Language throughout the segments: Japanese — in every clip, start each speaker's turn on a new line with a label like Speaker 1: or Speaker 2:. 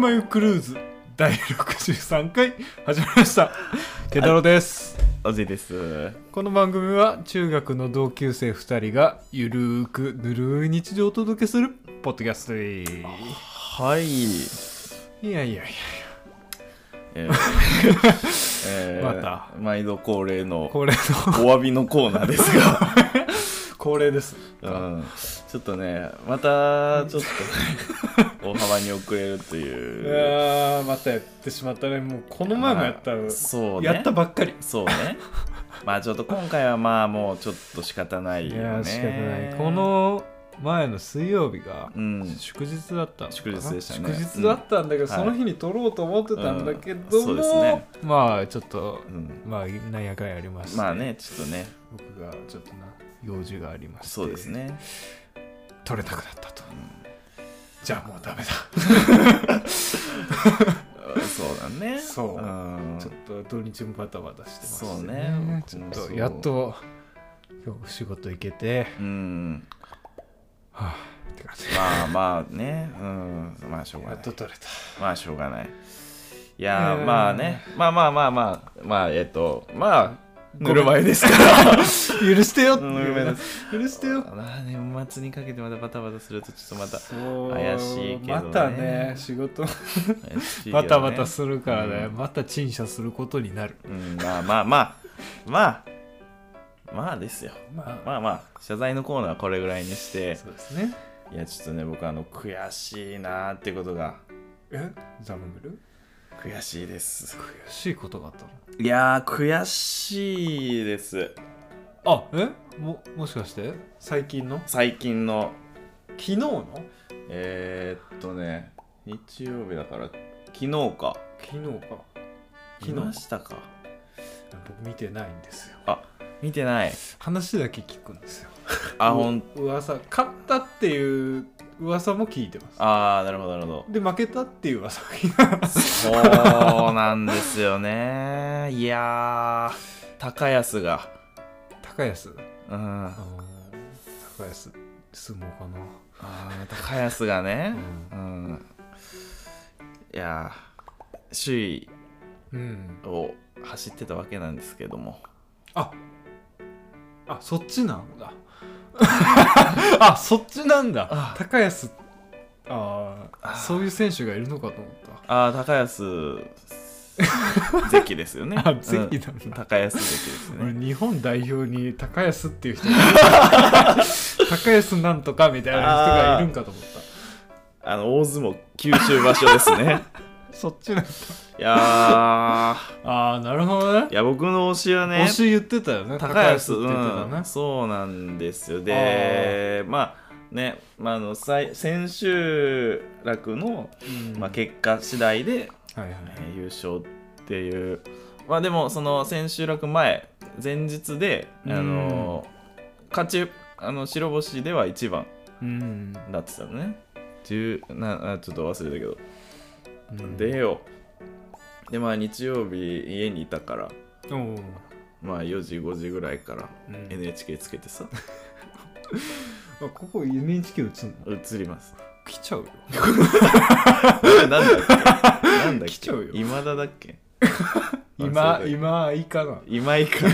Speaker 1: まゆクルーズ第63回始まりましたケタロです
Speaker 2: おじいです。
Speaker 1: この番組は中学の同級生2人がゆるーくぬるい日常をお届けするポッドキャストで
Speaker 2: はい。
Speaker 1: すいやいやいや
Speaker 2: えーえー
Speaker 1: ま
Speaker 2: 毎度恒例のお
Speaker 1: 恒例の
Speaker 2: 詫びのコーナーですが、
Speaker 1: 恒例です
Speaker 2: うん、ちょっとね、またちょっと大幅に遅れると
Speaker 1: い
Speaker 2: いう。
Speaker 1: やーまたやってしまったねもうこの前もやった
Speaker 2: ま
Speaker 1: ら
Speaker 2: あそうね。
Speaker 1: やったばっかり
Speaker 2: そうね。まあちょっと今回はまあもうちょっと仕方ない
Speaker 1: い
Speaker 2: よね。
Speaker 1: やー仕方ないこ、の前の水曜日が
Speaker 2: うん。
Speaker 1: 祝日だったのかな
Speaker 2: 祝日でしたね
Speaker 1: 祝日だったんだけど、
Speaker 2: ん
Speaker 1: その日に撮ろうと思ってたんだけ
Speaker 2: う
Speaker 1: ど
Speaker 2: ん
Speaker 1: も、
Speaker 2: そうですね
Speaker 1: まあちょっと
Speaker 2: う、ん
Speaker 1: まあなんやかんやありまして、
Speaker 2: まあね、ちょっとね、
Speaker 1: 僕がちょっとな用事がありまして
Speaker 2: そうですね。
Speaker 1: 撮れなくなったと、じゃあもうダメだ
Speaker 2: そうだね。
Speaker 1: そうんちょっと土日もバタバタしてます
Speaker 2: そうね
Speaker 1: ちょっ
Speaker 2: 僕も
Speaker 1: と
Speaker 2: そう
Speaker 1: やっと今日仕事行けて
Speaker 2: うん。
Speaker 1: はあって感じ
Speaker 2: まあまあね、うん、まあしょうが
Speaker 1: やっ
Speaker 2: ない
Speaker 1: と。撮れた
Speaker 2: まあしょうがない。いやー、
Speaker 1: えー
Speaker 2: まあね、まあまあまあまあ、まあえっと、まあ、
Speaker 1: ごめん
Speaker 2: 前ですから。
Speaker 1: 許してよって
Speaker 2: うん
Speaker 1: い
Speaker 2: ごめん
Speaker 1: う
Speaker 2: な
Speaker 1: ね許してよ
Speaker 2: まあ年末にかけてまたバタバタするとちょっとま た
Speaker 1: そう
Speaker 2: 怪しいけど
Speaker 1: ま
Speaker 2: ね
Speaker 1: たね仕事
Speaker 2: 怪しいよ
Speaker 1: バ
Speaker 2: ね
Speaker 1: タバタするからね、
Speaker 2: うん
Speaker 1: また陳謝することになる
Speaker 2: うん、まあまあまあ、まあ、まあですよ。
Speaker 1: まあ
Speaker 2: まあまあ、謝罪のコーナーはこれぐらいにして、
Speaker 1: そうですね
Speaker 2: いやちょっとね、僕あの、悔しいなーってことが、
Speaker 1: えザムグル
Speaker 2: 悔しいです。
Speaker 1: 悔しいことがあったの
Speaker 2: いやー、悔しいです。
Speaker 1: あえももしかして最近の
Speaker 2: 最近の
Speaker 1: 昨日の
Speaker 2: えー、っとね日曜日だから昨日か
Speaker 1: 昨日か
Speaker 2: 見ましたか
Speaker 1: 僕見てないんですよ
Speaker 2: あ見てない
Speaker 1: 話だけ聞くんですよ
Speaker 2: あ
Speaker 1: う
Speaker 2: ほん
Speaker 1: 噂勝ったっていう噂も聞いてます
Speaker 2: あーなるほどなるほど
Speaker 1: で負けたっていう噂も聞いてます
Speaker 2: そうなんですよねいやー高安が
Speaker 1: 高安
Speaker 2: うん
Speaker 1: あ
Speaker 2: あ
Speaker 1: ー高安相撲かな
Speaker 2: ー高安がね
Speaker 1: う
Speaker 2: うんいやー首
Speaker 1: うん
Speaker 2: 位を走ってたわけなんですけども
Speaker 1: ああそっちなん だあそっちなんだ
Speaker 2: あ
Speaker 1: 高安ああ
Speaker 2: あ
Speaker 1: そういう選手がいるのかと思っ
Speaker 2: あー高安 関ですよね
Speaker 1: あ関なんだ
Speaker 2: う高安関です
Speaker 1: た、
Speaker 2: ね
Speaker 1: 俺日本代表に高安っていう人が 高安なんとかみたいな人がいるんかと思っ
Speaker 2: あの大相撲九州場所です ね
Speaker 1: たそっちなんだ
Speaker 2: いや
Speaker 1: ああなるほどね
Speaker 2: ーいや僕の推しはね
Speaker 1: 推し言ってたよね高安って言ってた
Speaker 2: う
Speaker 1: ね
Speaker 2: ん、そうなんですよでまあね、まあ、あの最千秋楽の、
Speaker 1: うん
Speaker 2: まあ、結果次第で、
Speaker 1: はいはい
Speaker 2: えー優勝っていうまあでもその千秋楽前前日であの勝ちあの白星では1番
Speaker 1: うん、
Speaker 2: だってたのね10なあちょっと忘れたけど
Speaker 1: うん、
Speaker 2: でよでまあ日曜日家にいたから
Speaker 1: おう
Speaker 2: まあ4時5時ぐらいから
Speaker 1: うん
Speaker 2: NHK つけてさ
Speaker 1: あここ NHK 映んの
Speaker 2: 映ります
Speaker 1: 来ちゃうよ
Speaker 2: なんだっけなんだっ
Speaker 1: 来ちゃうよ
Speaker 2: け今田だっけ
Speaker 1: 今
Speaker 2: 忘れた
Speaker 1: 今いいかな
Speaker 2: 今井 か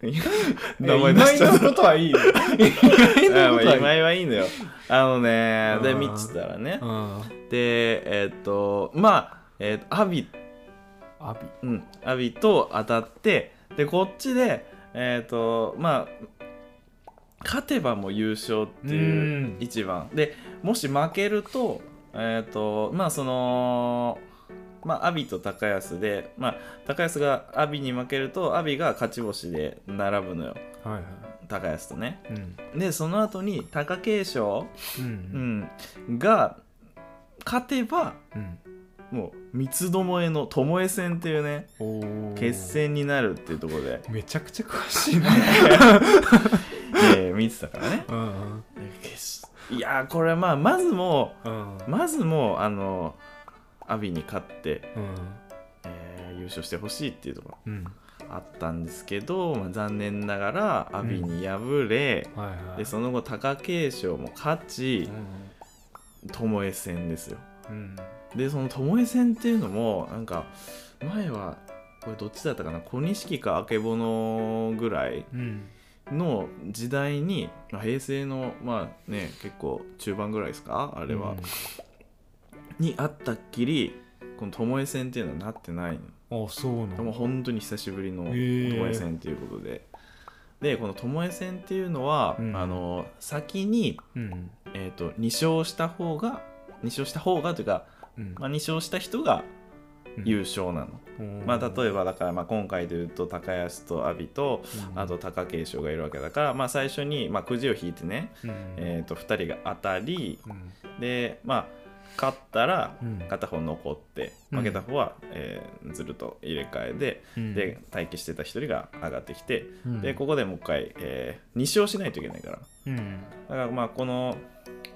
Speaker 2: 名
Speaker 1: 今
Speaker 2: 前
Speaker 1: 井
Speaker 2: 出しちゃっ
Speaker 1: のこと はいいよ。今井
Speaker 2: たあ
Speaker 1: のこ
Speaker 2: ま
Speaker 1: とは
Speaker 2: あ
Speaker 1: いい。
Speaker 2: 今井はいいのよあのね
Speaker 1: う
Speaker 2: で
Speaker 1: ん
Speaker 2: 見てたらね
Speaker 1: うん。
Speaker 2: でえっ、とまあえっ、と阿炎
Speaker 1: アビ。
Speaker 2: うん、アビと当たってでこっちでえっ、とまあ勝てばもう優勝っていう
Speaker 1: うん
Speaker 2: 一番でもし負けるとえっ、とまあそのまあ阿炎と高安でまあ高安が阿炎に負けると阿炎が勝ち星で並ぶのよ
Speaker 1: はいはい。
Speaker 2: 高安とね
Speaker 1: うん。
Speaker 2: でその後に貴景勝、
Speaker 1: う。
Speaker 2: うんん、が勝てば
Speaker 1: うん。
Speaker 2: もう三つどもえの巴戦っていうね
Speaker 1: おー
Speaker 2: 決。戦になるっていうところで
Speaker 1: めちゃくちゃ詳しいな。
Speaker 2: えー見てたからね
Speaker 1: うん。
Speaker 2: いやーこれはまあまずも
Speaker 1: うん。
Speaker 2: うまずもうあの阿炎に勝って、
Speaker 1: うん。
Speaker 2: えー優勝してほしいっていうとこ
Speaker 1: うん。
Speaker 2: ろあったんですけど、まあ、残念ながら阿炎に敗れ、
Speaker 1: はいはい。
Speaker 2: でその後貴景勝も勝ち
Speaker 1: うん。
Speaker 2: 巴戦ですよ
Speaker 1: うん
Speaker 2: でその巴戦っていうのもなんか前はこれどっちだったかな小錦か曙ぐらい
Speaker 1: うん
Speaker 2: の時代に、まあ、平成のまあね結構中盤ぐらいですかあ
Speaker 1: あ
Speaker 2: れは、にあったっきりこの巴戦っていうのはなってないの
Speaker 1: あそうな
Speaker 2: もう
Speaker 1: の
Speaker 2: 本当に久しぶりの
Speaker 1: へー
Speaker 2: 巴戦ということで、でこの巴戦っていうのは、
Speaker 1: うん
Speaker 2: あの先に、
Speaker 1: うん
Speaker 2: えー、と2勝した方が2勝した方がというか、
Speaker 1: うん
Speaker 2: まあ、2勝した人が
Speaker 1: うん
Speaker 2: 優勝なの、
Speaker 1: うん
Speaker 2: まあ、例えばだから、まあ、今回で言うと高安と阿炎と
Speaker 1: うん
Speaker 2: あと貴景勝がいるわけだから、まあ、最初に、まあ、くじを引いてね、
Speaker 1: うん
Speaker 2: えー、と2人が当たり
Speaker 1: うん
Speaker 2: でまあ勝ったら
Speaker 1: うん
Speaker 2: 片方残って
Speaker 1: うん
Speaker 2: 負けた方は、えーずると入れ替えで、
Speaker 1: うん
Speaker 2: で待機してた1人が上がってきて、
Speaker 1: うん
Speaker 2: でここでもう一回、え2勝しないといけないから
Speaker 1: うん
Speaker 2: だからまあこの、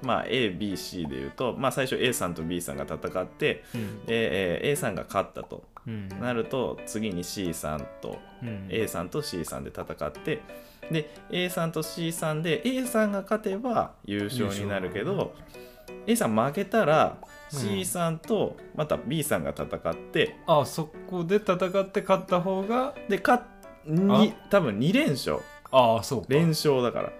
Speaker 2: まあ、ABC で言うと、まあ、最初 A さんと B さんが戦って、
Speaker 1: うん
Speaker 2: えーえー A さんが勝ったと
Speaker 1: うん
Speaker 2: なると次に C さんと
Speaker 1: うん
Speaker 2: A さんと C さんで戦ってで A さんと C さんで A さんが勝てば優勝になるけど、A さん負けたら
Speaker 1: うん
Speaker 2: C さんとまた B さんが戦って
Speaker 1: あそこで戦って勝った方が
Speaker 2: で勝っに多分2連勝
Speaker 1: ああそうか
Speaker 2: 連勝だから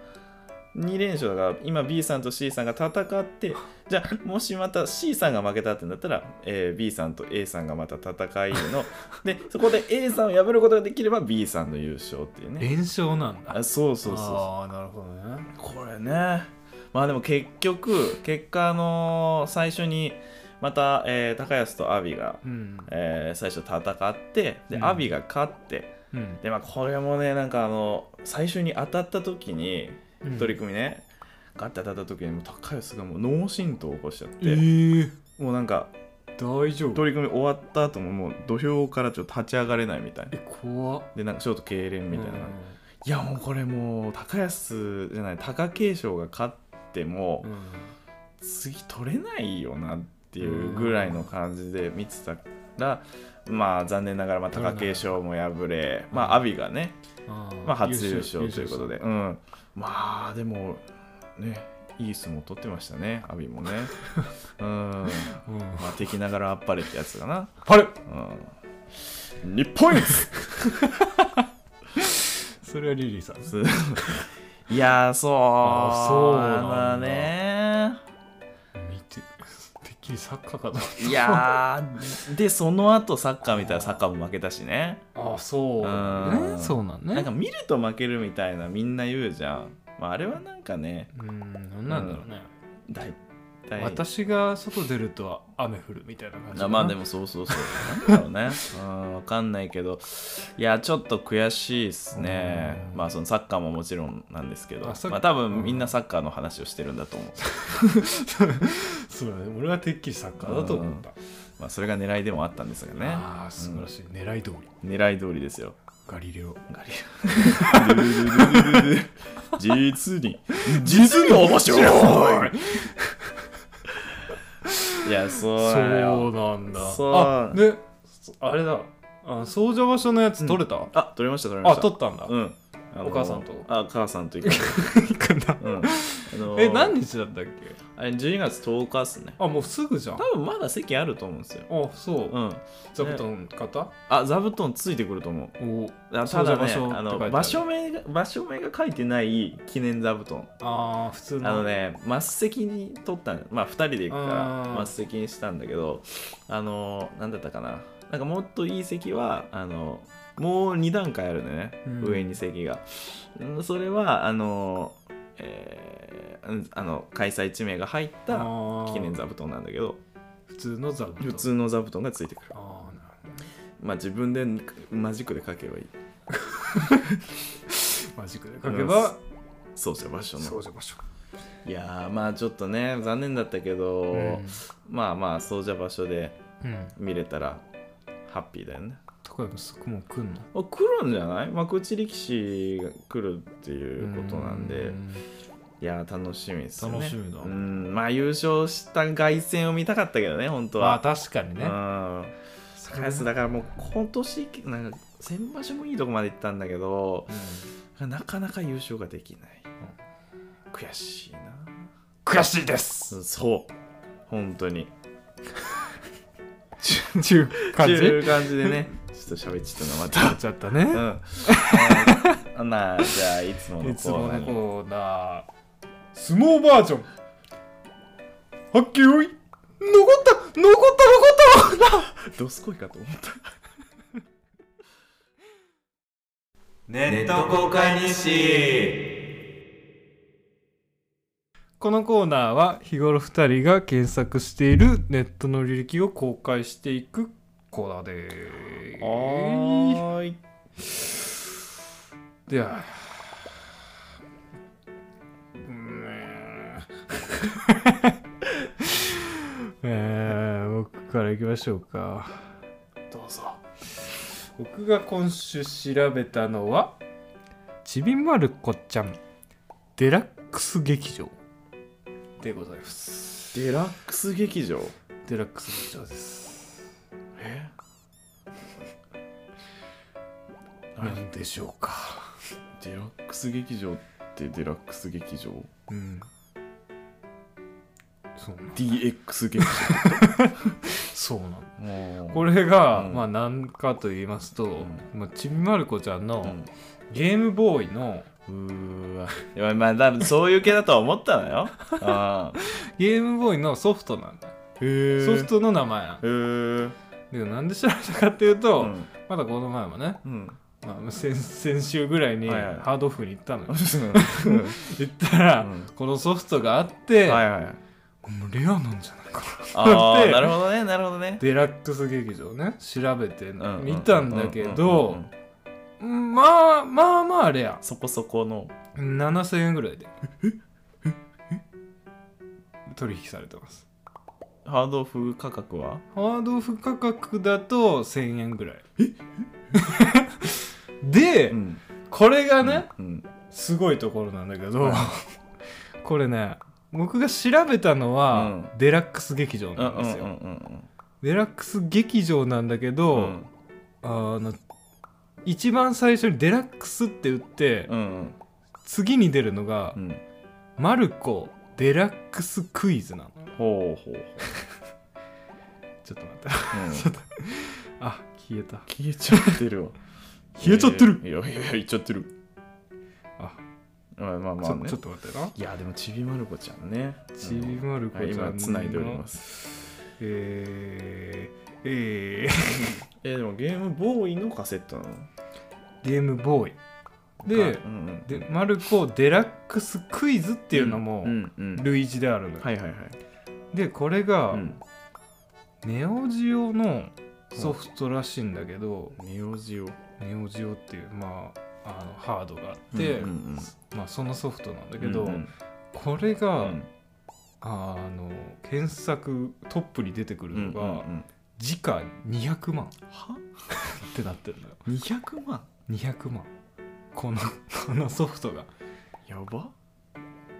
Speaker 2: 2連勝だから今 B さんと C さんが戦って じゃあもしまた C さんが負けたってなったら、えー B さんと A さんがまた戦いのでそこで A さんを破ることができれば B さんの優勝っていうね
Speaker 1: 連勝なんだ
Speaker 2: あそうそうそうそう
Speaker 1: ああなるほどね
Speaker 2: これねまあでも結局結果あのー最初にまた、えー高安と阿炎が、
Speaker 1: うん
Speaker 2: えー最初戦ってで
Speaker 1: うん
Speaker 2: 阿炎が勝って
Speaker 1: うん
Speaker 2: でまあこれもねなんかあの最初に当たった時に
Speaker 1: うん
Speaker 2: 取り組みね、ガッて当たった時にもう高安がもう脳震盪を起こしちゃって、
Speaker 1: えー
Speaker 2: もうなんか
Speaker 1: 大丈夫
Speaker 2: 取り組み終わった後ももう土俵からちょっと立ち上がれないみたい
Speaker 1: え
Speaker 2: な
Speaker 1: 怖っ
Speaker 2: でなんかちょっと痙攣みたいな、いやもうこれもう高安じゃない貴景勝が勝っても、
Speaker 1: うんうん
Speaker 2: 次取れないよなっていうぐらいの感じで見てたら、まあ残念ながらまあ
Speaker 1: 取れな
Speaker 2: 貴
Speaker 1: い
Speaker 2: 景勝も敗れ、まあ阿炎がね、
Speaker 1: あー
Speaker 2: まあ、初優勝ということで、うん、まあでもねいい相撲取ってましたね阿炎も ねうんま
Speaker 1: 優勝
Speaker 2: あ敵ながらあっぱれってやつだな、
Speaker 1: あれ
Speaker 2: うん、日本一
Speaker 1: それはリリーさん
Speaker 2: いやーそう
Speaker 1: あそうなんだ
Speaker 2: だね
Speaker 1: 見ててっきりサッカーかと
Speaker 2: いやーでその後サッカー見たらサッカーも負けたしね
Speaker 1: ああそう
Speaker 2: うん
Speaker 1: ねそうなんね
Speaker 2: なんか見ると負けるみたいなみんな言うじゃん、まあ、あれはなんかね
Speaker 1: うんなんなんだろうね
Speaker 2: 大体
Speaker 1: 私が外出ると雨降るみたいな感じか
Speaker 2: あ
Speaker 1: な
Speaker 2: まあでもそうそうそう なんだろうねうんわかんないけどいやちょっと悔しいですね
Speaker 1: うん
Speaker 2: まあそのサッカーももちろんなんですけど
Speaker 1: あサッ
Speaker 2: まあ多分みんなサッカーの話をしてるんだと思う
Speaker 1: そうだね俺はてっきりサッカーだと思った
Speaker 2: まあそれが狙いでもあったんですがね
Speaker 1: ああ素晴らしい狙い通り
Speaker 2: 狙い通りですよ
Speaker 1: ガリレオ
Speaker 2: ガリアルルルルルルル実に実に面白 いいやそうなのよ
Speaker 1: そうなんだ
Speaker 2: そう
Speaker 1: あでそあれだあ相乗場所のやつ取れた、
Speaker 2: あ取れました取れま
Speaker 1: あ
Speaker 2: した
Speaker 1: 取ったんだ、
Speaker 2: うんあの
Speaker 1: お母さんと
Speaker 2: あ母さんと行く うんあのー
Speaker 1: え何日だったっけ
Speaker 2: あれ12月10日っすね
Speaker 1: あもうすぐじゃんあ
Speaker 2: 多分まだ席あると思うんですよ
Speaker 1: そう、
Speaker 2: うん
Speaker 1: 座布団買った、
Speaker 2: あ座布団ついてくると思う
Speaker 1: お
Speaker 2: あ
Speaker 1: そう
Speaker 2: た
Speaker 1: じゃ
Speaker 2: だ
Speaker 1: 場
Speaker 2: ね
Speaker 1: 所って書
Speaker 2: あ
Speaker 1: いてあ
Speaker 2: の
Speaker 1: る
Speaker 2: 場所名が場所名が書いてない記念座布団
Speaker 1: あー普通の
Speaker 2: あのね末席に取ったんまあ2人で行く
Speaker 1: あ
Speaker 2: か
Speaker 1: ー
Speaker 2: ら末席にしたんだけどあの何だったかななんかもっといい席はあのもう2段階あるのね、
Speaker 1: うん
Speaker 2: 上に席がうんそれはあの、えーうんあの開催地名が入った
Speaker 1: あー
Speaker 2: 記念座布団なんだけど
Speaker 1: 普通の座布団
Speaker 2: 普通の座布団がついてくる
Speaker 1: あーなるほ
Speaker 2: まあ自分でマジックで書けばいい
Speaker 1: どマジックで書けば、
Speaker 2: そうじゃ場所
Speaker 1: 相
Speaker 2: の
Speaker 1: 乗場所、
Speaker 2: いやーまあちょっとね残念だったけど、まあまあそうじゃ場所で
Speaker 1: うん
Speaker 2: 見れたらハッピーだよね
Speaker 1: 高山そこも来んの
Speaker 2: あ来るんじゃない幕内力士が来るっていうことなんで
Speaker 1: うん
Speaker 2: いやー楽しみですよね
Speaker 1: 楽しみだ
Speaker 2: うんまあ優勝した凱旋を見たかったけどね本当
Speaker 1: まあ
Speaker 2: は、
Speaker 1: 確かにね
Speaker 2: うん高安だからもう今年なんか先場所もいいとこまで行ったんだけどなかなか優勝ができない、悔しいな
Speaker 1: 悔しいです
Speaker 2: そう本当に
Speaker 1: ちゅう感じ
Speaker 2: っていう感じ でね、ちょっと喋っちゃったな、ま。
Speaker 1: なったちゃった
Speaker 2: う
Speaker 1: ね、
Speaker 2: んあー。なあ、じゃあ、いつもの
Speaker 1: いつ
Speaker 2: コー
Speaker 1: も
Speaker 2: ナ
Speaker 1: の
Speaker 2: ーに。
Speaker 1: コーナー相撲バージョンはっきよい残った残った残った残った
Speaker 2: どすこいかと思った。
Speaker 3: ネット公開日誌
Speaker 1: このコーナーは日頃2人が検索しているネットの履歴を公開していくコーナーでー
Speaker 2: はーい。
Speaker 1: すで はうーんえー、僕からいきましょうか
Speaker 2: どうぞ。
Speaker 1: 僕が今週調べたのはちびまる子ちゃんデラックス劇場でございます
Speaker 2: デラックス劇場
Speaker 1: デラックス劇場です
Speaker 2: え
Speaker 1: なんでしょうか
Speaker 2: デラックス劇場ってデラックス劇場
Speaker 1: うんそう
Speaker 2: ?DX 劇
Speaker 1: そうなの
Speaker 2: 場
Speaker 1: これが、
Speaker 2: うん
Speaker 1: まあ何かと言いますと、
Speaker 2: う
Speaker 1: まあ、ちびまる子ちゃんの、
Speaker 2: うん
Speaker 1: ゲームボーイの
Speaker 2: うーわいやまあ多分そういう系だとは思ったのよ ああ
Speaker 1: ゲームボーイのソフトなんだ
Speaker 2: へ
Speaker 1: ソフトの名前なんだ
Speaker 2: へえ
Speaker 1: でなんで調べたかっていうと、
Speaker 2: うん
Speaker 1: まだこの前もね
Speaker 2: うん
Speaker 1: まあ、先先週ぐらいに
Speaker 2: はいはい
Speaker 1: ハードオフに行ったのよ、
Speaker 2: うん
Speaker 1: 行ったら、
Speaker 2: うん
Speaker 1: このソフトがあって、
Speaker 2: はい はい
Speaker 1: もうレアなんじゃないか
Speaker 2: あ
Speaker 1: だっ
Speaker 2: あ
Speaker 1: て
Speaker 2: なるほどねなるほどね
Speaker 1: デラックス劇場ね調べて
Speaker 2: ううう
Speaker 1: 見たんだけ
Speaker 2: うん
Speaker 1: ど
Speaker 2: うんうん
Speaker 1: うんまあまあまあレア
Speaker 2: そこそこの
Speaker 1: 7000円ぐらいで取引されてます
Speaker 2: ハードオフ価格は
Speaker 1: ハードオフ価格だと1000円ぐらいで、
Speaker 2: ん
Speaker 1: これがね、
Speaker 2: うん
Speaker 1: すごいところなんだけど、
Speaker 2: はい
Speaker 1: これね僕が調べたのは、デラックス劇場
Speaker 2: うんう
Speaker 1: なん
Speaker 2: んう
Speaker 1: で
Speaker 2: ん
Speaker 1: すよ、
Speaker 2: うん
Speaker 1: デラックス劇場なんだけど、
Speaker 2: うん
Speaker 1: あの一番最初にデラックスって打って、
Speaker 2: うん
Speaker 1: 次に出るのが、
Speaker 2: うん
Speaker 1: マルコデラックスクイズなの
Speaker 2: ほうほうほう
Speaker 1: ちょっと待って あ消えた
Speaker 2: 消えちゃって るわ
Speaker 1: 消えちゃってる
Speaker 2: いやいやいやいっちゃってる
Speaker 1: あ
Speaker 2: まあまあま
Speaker 1: ち
Speaker 2: あ
Speaker 1: ょ
Speaker 2: ね
Speaker 1: ちょっと待ってない
Speaker 2: やでもちびまる子ちゃんね
Speaker 1: ちびまる子ちゃんの
Speaker 2: はい今繋いでおります
Speaker 1: えー、え
Speaker 2: えでもゲームボーイのカセットなの
Speaker 1: ー、 ゲームボーイで、
Speaker 2: かうんうん、
Speaker 1: でマルコ・デラックス・クイズっていうのも
Speaker 2: うんうんうん
Speaker 1: 類似であるのよ、
Speaker 2: はいはいはい、
Speaker 1: でこれが
Speaker 2: うん、
Speaker 1: ネオジオのソフトらしいんだけど、
Speaker 2: ネオジオ
Speaker 1: ネオジオっていうまああのハードがあって、
Speaker 2: うんうんうん
Speaker 1: まあ、そのソフトなんだけど、
Speaker 2: うんうん
Speaker 1: これが、
Speaker 2: うん
Speaker 1: あの検索トップに出てくるのが、
Speaker 2: うんうんうん
Speaker 1: 時価200万
Speaker 2: は
Speaker 1: ってなってるのよ
Speaker 2: 200万
Speaker 1: 200万このこのソフトが
Speaker 2: やば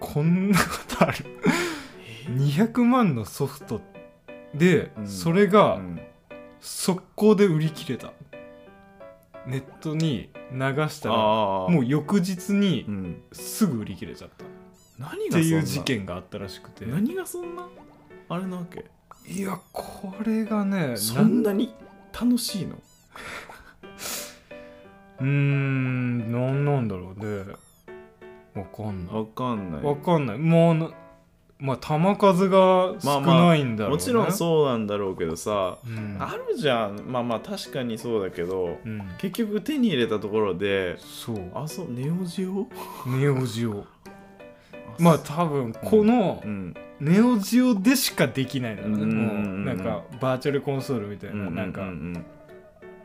Speaker 1: こんなことある
Speaker 2: え
Speaker 1: 200万のソフトで、
Speaker 2: うん
Speaker 1: それが
Speaker 2: うん
Speaker 1: 速攻で売り切れたネットに流したら
Speaker 2: ああ
Speaker 1: もう翌日に
Speaker 2: うん、
Speaker 1: すぐ売り切れちゃったっ
Speaker 2: 何が
Speaker 1: て
Speaker 2: そんな
Speaker 1: いう事件があったらしくて
Speaker 2: 何がそんなあれなわけ
Speaker 1: いやこれがね
Speaker 2: そんなに楽しいの
Speaker 1: うーんなんなんだろうねわかんない
Speaker 2: わかんない
Speaker 1: わかんないもうなまあ球数が少ないんだろうね、
Speaker 2: もちろんそうなんだろうけどさ、
Speaker 1: うん、うん、
Speaker 2: あるじゃんまあまあ確かにそうだけど結局手に入れたところで
Speaker 1: そう
Speaker 2: あそうネオジオ
Speaker 1: ネオジオまあ多分この
Speaker 2: うん
Speaker 1: ネオジオでしかできないだろうね
Speaker 2: うん
Speaker 1: もうなんかバーチャルコンソールみたいななん
Speaker 2: う
Speaker 1: か
Speaker 2: ん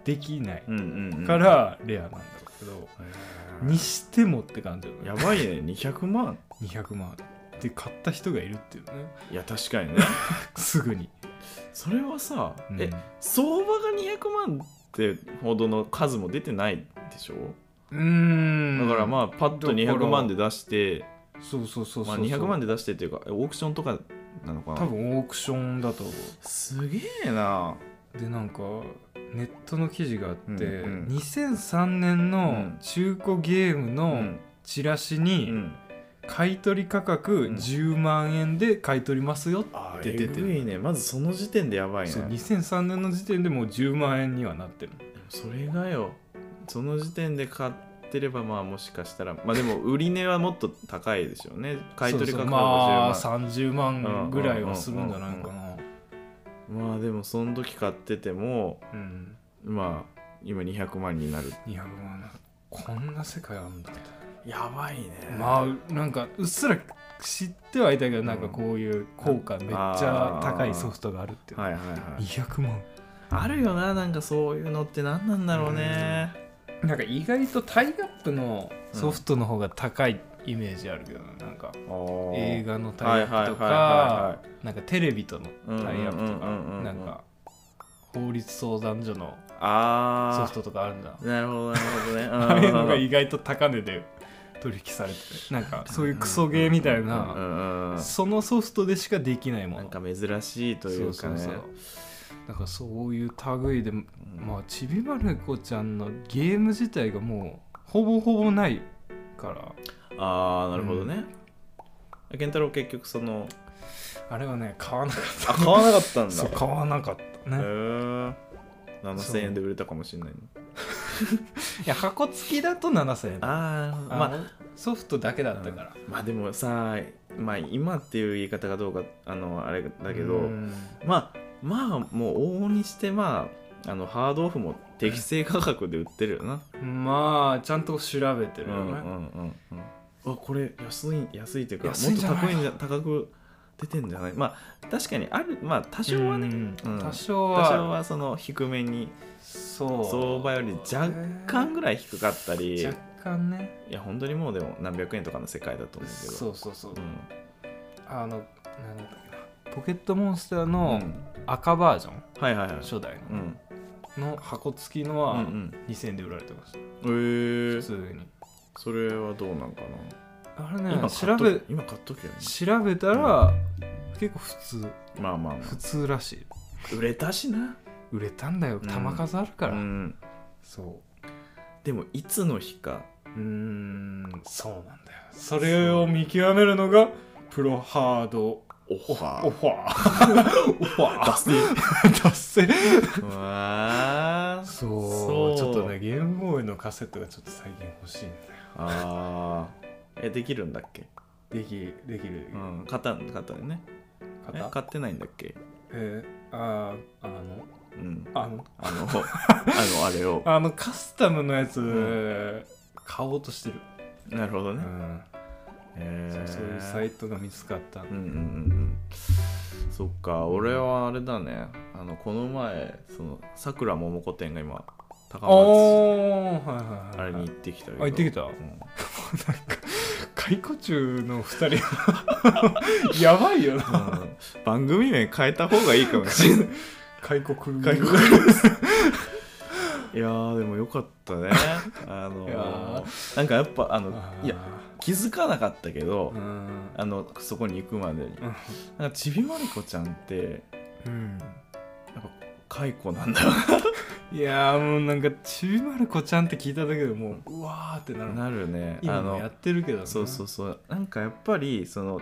Speaker 1: できない
Speaker 2: うんうんうん
Speaker 1: からレアなんだろうけど
Speaker 2: へ
Speaker 1: にしてもって感じだ
Speaker 2: ー
Speaker 1: よ
Speaker 2: や
Speaker 1: ね
Speaker 2: ばいね200万
Speaker 1: 200万で買った人がいる っていうね
Speaker 2: いや確 かにね
Speaker 1: すぐに、
Speaker 2: それはさ
Speaker 1: うん
Speaker 2: え相場が200万ってほどの数も出てないでしょ
Speaker 1: うーん
Speaker 2: だからまあパッと200万で出して
Speaker 1: あそうそうそうそ
Speaker 2: ま
Speaker 1: う
Speaker 2: あ200万
Speaker 1: で
Speaker 2: で出してっていうかえオークションとかなのかな
Speaker 1: 多分オークションだと思
Speaker 2: すげえな
Speaker 1: うでなんかネットの記事があって、
Speaker 2: うんうん
Speaker 1: 2003年の中古ゲームのチラシに、
Speaker 2: うん
Speaker 1: 買取価格
Speaker 2: うん
Speaker 1: 10万円で買い取りますよって
Speaker 2: あ
Speaker 1: 出
Speaker 2: 出
Speaker 1: て
Speaker 2: て
Speaker 1: て
Speaker 2: ていねまずその時点でやばいね
Speaker 1: そう2003年の時点でもう10万円にはなってる
Speaker 2: それがよその時点で買ってればまあもしかしたらまあでも売り値はもっと高いでしょうね買い取り価格
Speaker 1: そうそうま
Speaker 2: は
Speaker 1: あ
Speaker 2: 50万
Speaker 1: 30万ぐらいはするんじゃないかな
Speaker 2: まあでもその時買ってても
Speaker 1: うん
Speaker 2: まあ今200万になる
Speaker 1: 200万なこんな世界あるんだ
Speaker 2: やばいね
Speaker 1: まあなんかうっすら知ってはいたけどなんかこういう効果めっちゃ高いソフトがあるっていう
Speaker 2: はいはいはい
Speaker 1: 200万
Speaker 2: あるよななんかそういうのって何なんだろうね
Speaker 1: なんか意外とタイアップのソフトの方が高いイメージあるけどななんか映
Speaker 2: 画
Speaker 1: 画のタイアップと
Speaker 2: はいはいはいはい
Speaker 1: か
Speaker 2: は
Speaker 1: なんかテレビとのタイアップとか
Speaker 2: うんうんうんうんうん
Speaker 1: なんか法律相談所のソ
Speaker 2: あ
Speaker 1: フトとかあるんだ
Speaker 2: あなるほどなるほ どね
Speaker 1: ああいうのが意外と高値で取引されててなんかそういうクソゲーみたい
Speaker 2: うん
Speaker 1: な
Speaker 2: うんうん
Speaker 1: そのソフトでしかできないも
Speaker 2: なん
Speaker 1: の
Speaker 2: か珍しいとい
Speaker 1: そうう
Speaker 2: か
Speaker 1: そう
Speaker 2: ね
Speaker 1: そうだからそういう類で
Speaker 2: うん
Speaker 1: まあちびまる子ちゃんのゲーム自体がもうほぼほぼないから
Speaker 2: ああなるほどね、健太郎結局その
Speaker 1: あれはね買わなかっ
Speaker 2: あ買わなかったん
Speaker 1: た
Speaker 2: だ
Speaker 1: そう買わなかった
Speaker 2: へ
Speaker 1: ね、
Speaker 2: ー
Speaker 1: そう
Speaker 2: 7000円で売れたかもしれないの
Speaker 1: いや箱付きだと7000円だ
Speaker 2: ああ
Speaker 1: あ
Speaker 2: まあ
Speaker 1: ソフトだけだったから、
Speaker 2: まあでもさまあ今っていう言い方がどうかあのあれだけど、
Speaker 1: うん
Speaker 2: まあまあもう往々にしてまああのハードオフも適正価格で売ってるよな、
Speaker 1: まあちゃんと調べて
Speaker 2: う
Speaker 1: る
Speaker 2: んう
Speaker 1: よ
Speaker 2: ん
Speaker 1: ね、
Speaker 2: うんうんあこれ安い安いというかも
Speaker 1: 安いん
Speaker 2: っ
Speaker 1: じ
Speaker 2: と
Speaker 1: ゃない
Speaker 2: 高いんじゃ高く出てんじゃないまあ確かにあるまあ多少はね、
Speaker 1: うん
Speaker 2: うん
Speaker 1: 多少は
Speaker 2: 多少はその低めに
Speaker 1: そう
Speaker 2: 相場より若干ぐらい低かったりい
Speaker 1: 若干ね
Speaker 2: や本当にもうでも何百円とかの世界だと思うけど
Speaker 1: そうそうそう、
Speaker 2: うん
Speaker 1: あのなんだっけなポケットモンスター
Speaker 2: う
Speaker 1: の
Speaker 2: ん
Speaker 1: 赤バージョン、
Speaker 2: はいはいはい
Speaker 1: 初代
Speaker 2: うんうん
Speaker 1: のの箱付きの
Speaker 2: う
Speaker 1: は
Speaker 2: ん
Speaker 1: 2000円で売られてました、
Speaker 2: えー
Speaker 1: 普通に
Speaker 2: それはどうなんか
Speaker 1: あれ
Speaker 2: な
Speaker 1: ね
Speaker 2: 買
Speaker 1: 調
Speaker 2: っと
Speaker 1: べ
Speaker 2: 今買っとけよ
Speaker 1: 調べたら、結構普通
Speaker 2: まあまあま
Speaker 1: 普通らしい
Speaker 2: あ売れたしな
Speaker 1: 売れたんだよ
Speaker 2: うん
Speaker 1: 玉数あるから、
Speaker 2: うん
Speaker 1: そ
Speaker 2: でもいつの日か
Speaker 1: ううーんそうなんだよそれを見極めるのがプロハード
Speaker 2: オファ
Speaker 1: オ
Speaker 2: ー
Speaker 1: ファーオフ ァー
Speaker 2: 出せ
Speaker 1: 達成
Speaker 2: うわー
Speaker 1: そうち
Speaker 2: そ
Speaker 1: ょ
Speaker 2: う
Speaker 1: っとねゲームボーイのカセットがちょっと最近欲しいんだよ
Speaker 2: あーえできるんだっけ
Speaker 1: できできる、
Speaker 2: うん買ったん買ったよねえ
Speaker 1: 方
Speaker 2: 買ってないんだっけ
Speaker 1: えー、あーあの
Speaker 2: うん
Speaker 1: あの
Speaker 2: あ のあのあれを
Speaker 1: あのカスタムのやつ、
Speaker 2: う
Speaker 1: 買おうとしてる、
Speaker 2: なるほど
Speaker 1: う
Speaker 2: ね
Speaker 1: ん
Speaker 2: へ
Speaker 1: そう
Speaker 2: ー
Speaker 1: そういうサイトが見つかったん
Speaker 2: う
Speaker 1: で
Speaker 2: んうんうんうんそっか俺はあれだねあのこの前そのさくらももこ店が今
Speaker 1: あ
Speaker 2: 高松
Speaker 1: ーはいはい
Speaker 2: あ
Speaker 1: はい
Speaker 2: れに行ってきたけど
Speaker 1: あ行ってきた
Speaker 2: うん
Speaker 1: 解雇中の2人 やばいよな
Speaker 2: うん番組名変えた方がいいかもしれない
Speaker 1: 解雇来る
Speaker 2: 外国人です いやーでもよかったねあの
Speaker 1: いや
Speaker 2: ーなんかやっぱあの
Speaker 1: あー
Speaker 2: いや気づかなかったけど、
Speaker 1: うん
Speaker 2: あのそこに行くまでに、なんかちびまる子ちゃんって
Speaker 1: うん
Speaker 2: 解雇なんだよ
Speaker 1: いやーもうなんかちびまる子ちゃんって聞いただけでもううわーってなる
Speaker 2: なるね
Speaker 1: 今
Speaker 2: あ
Speaker 1: も
Speaker 2: の
Speaker 1: やってるけどね
Speaker 2: そうそうそうなんかやっぱりその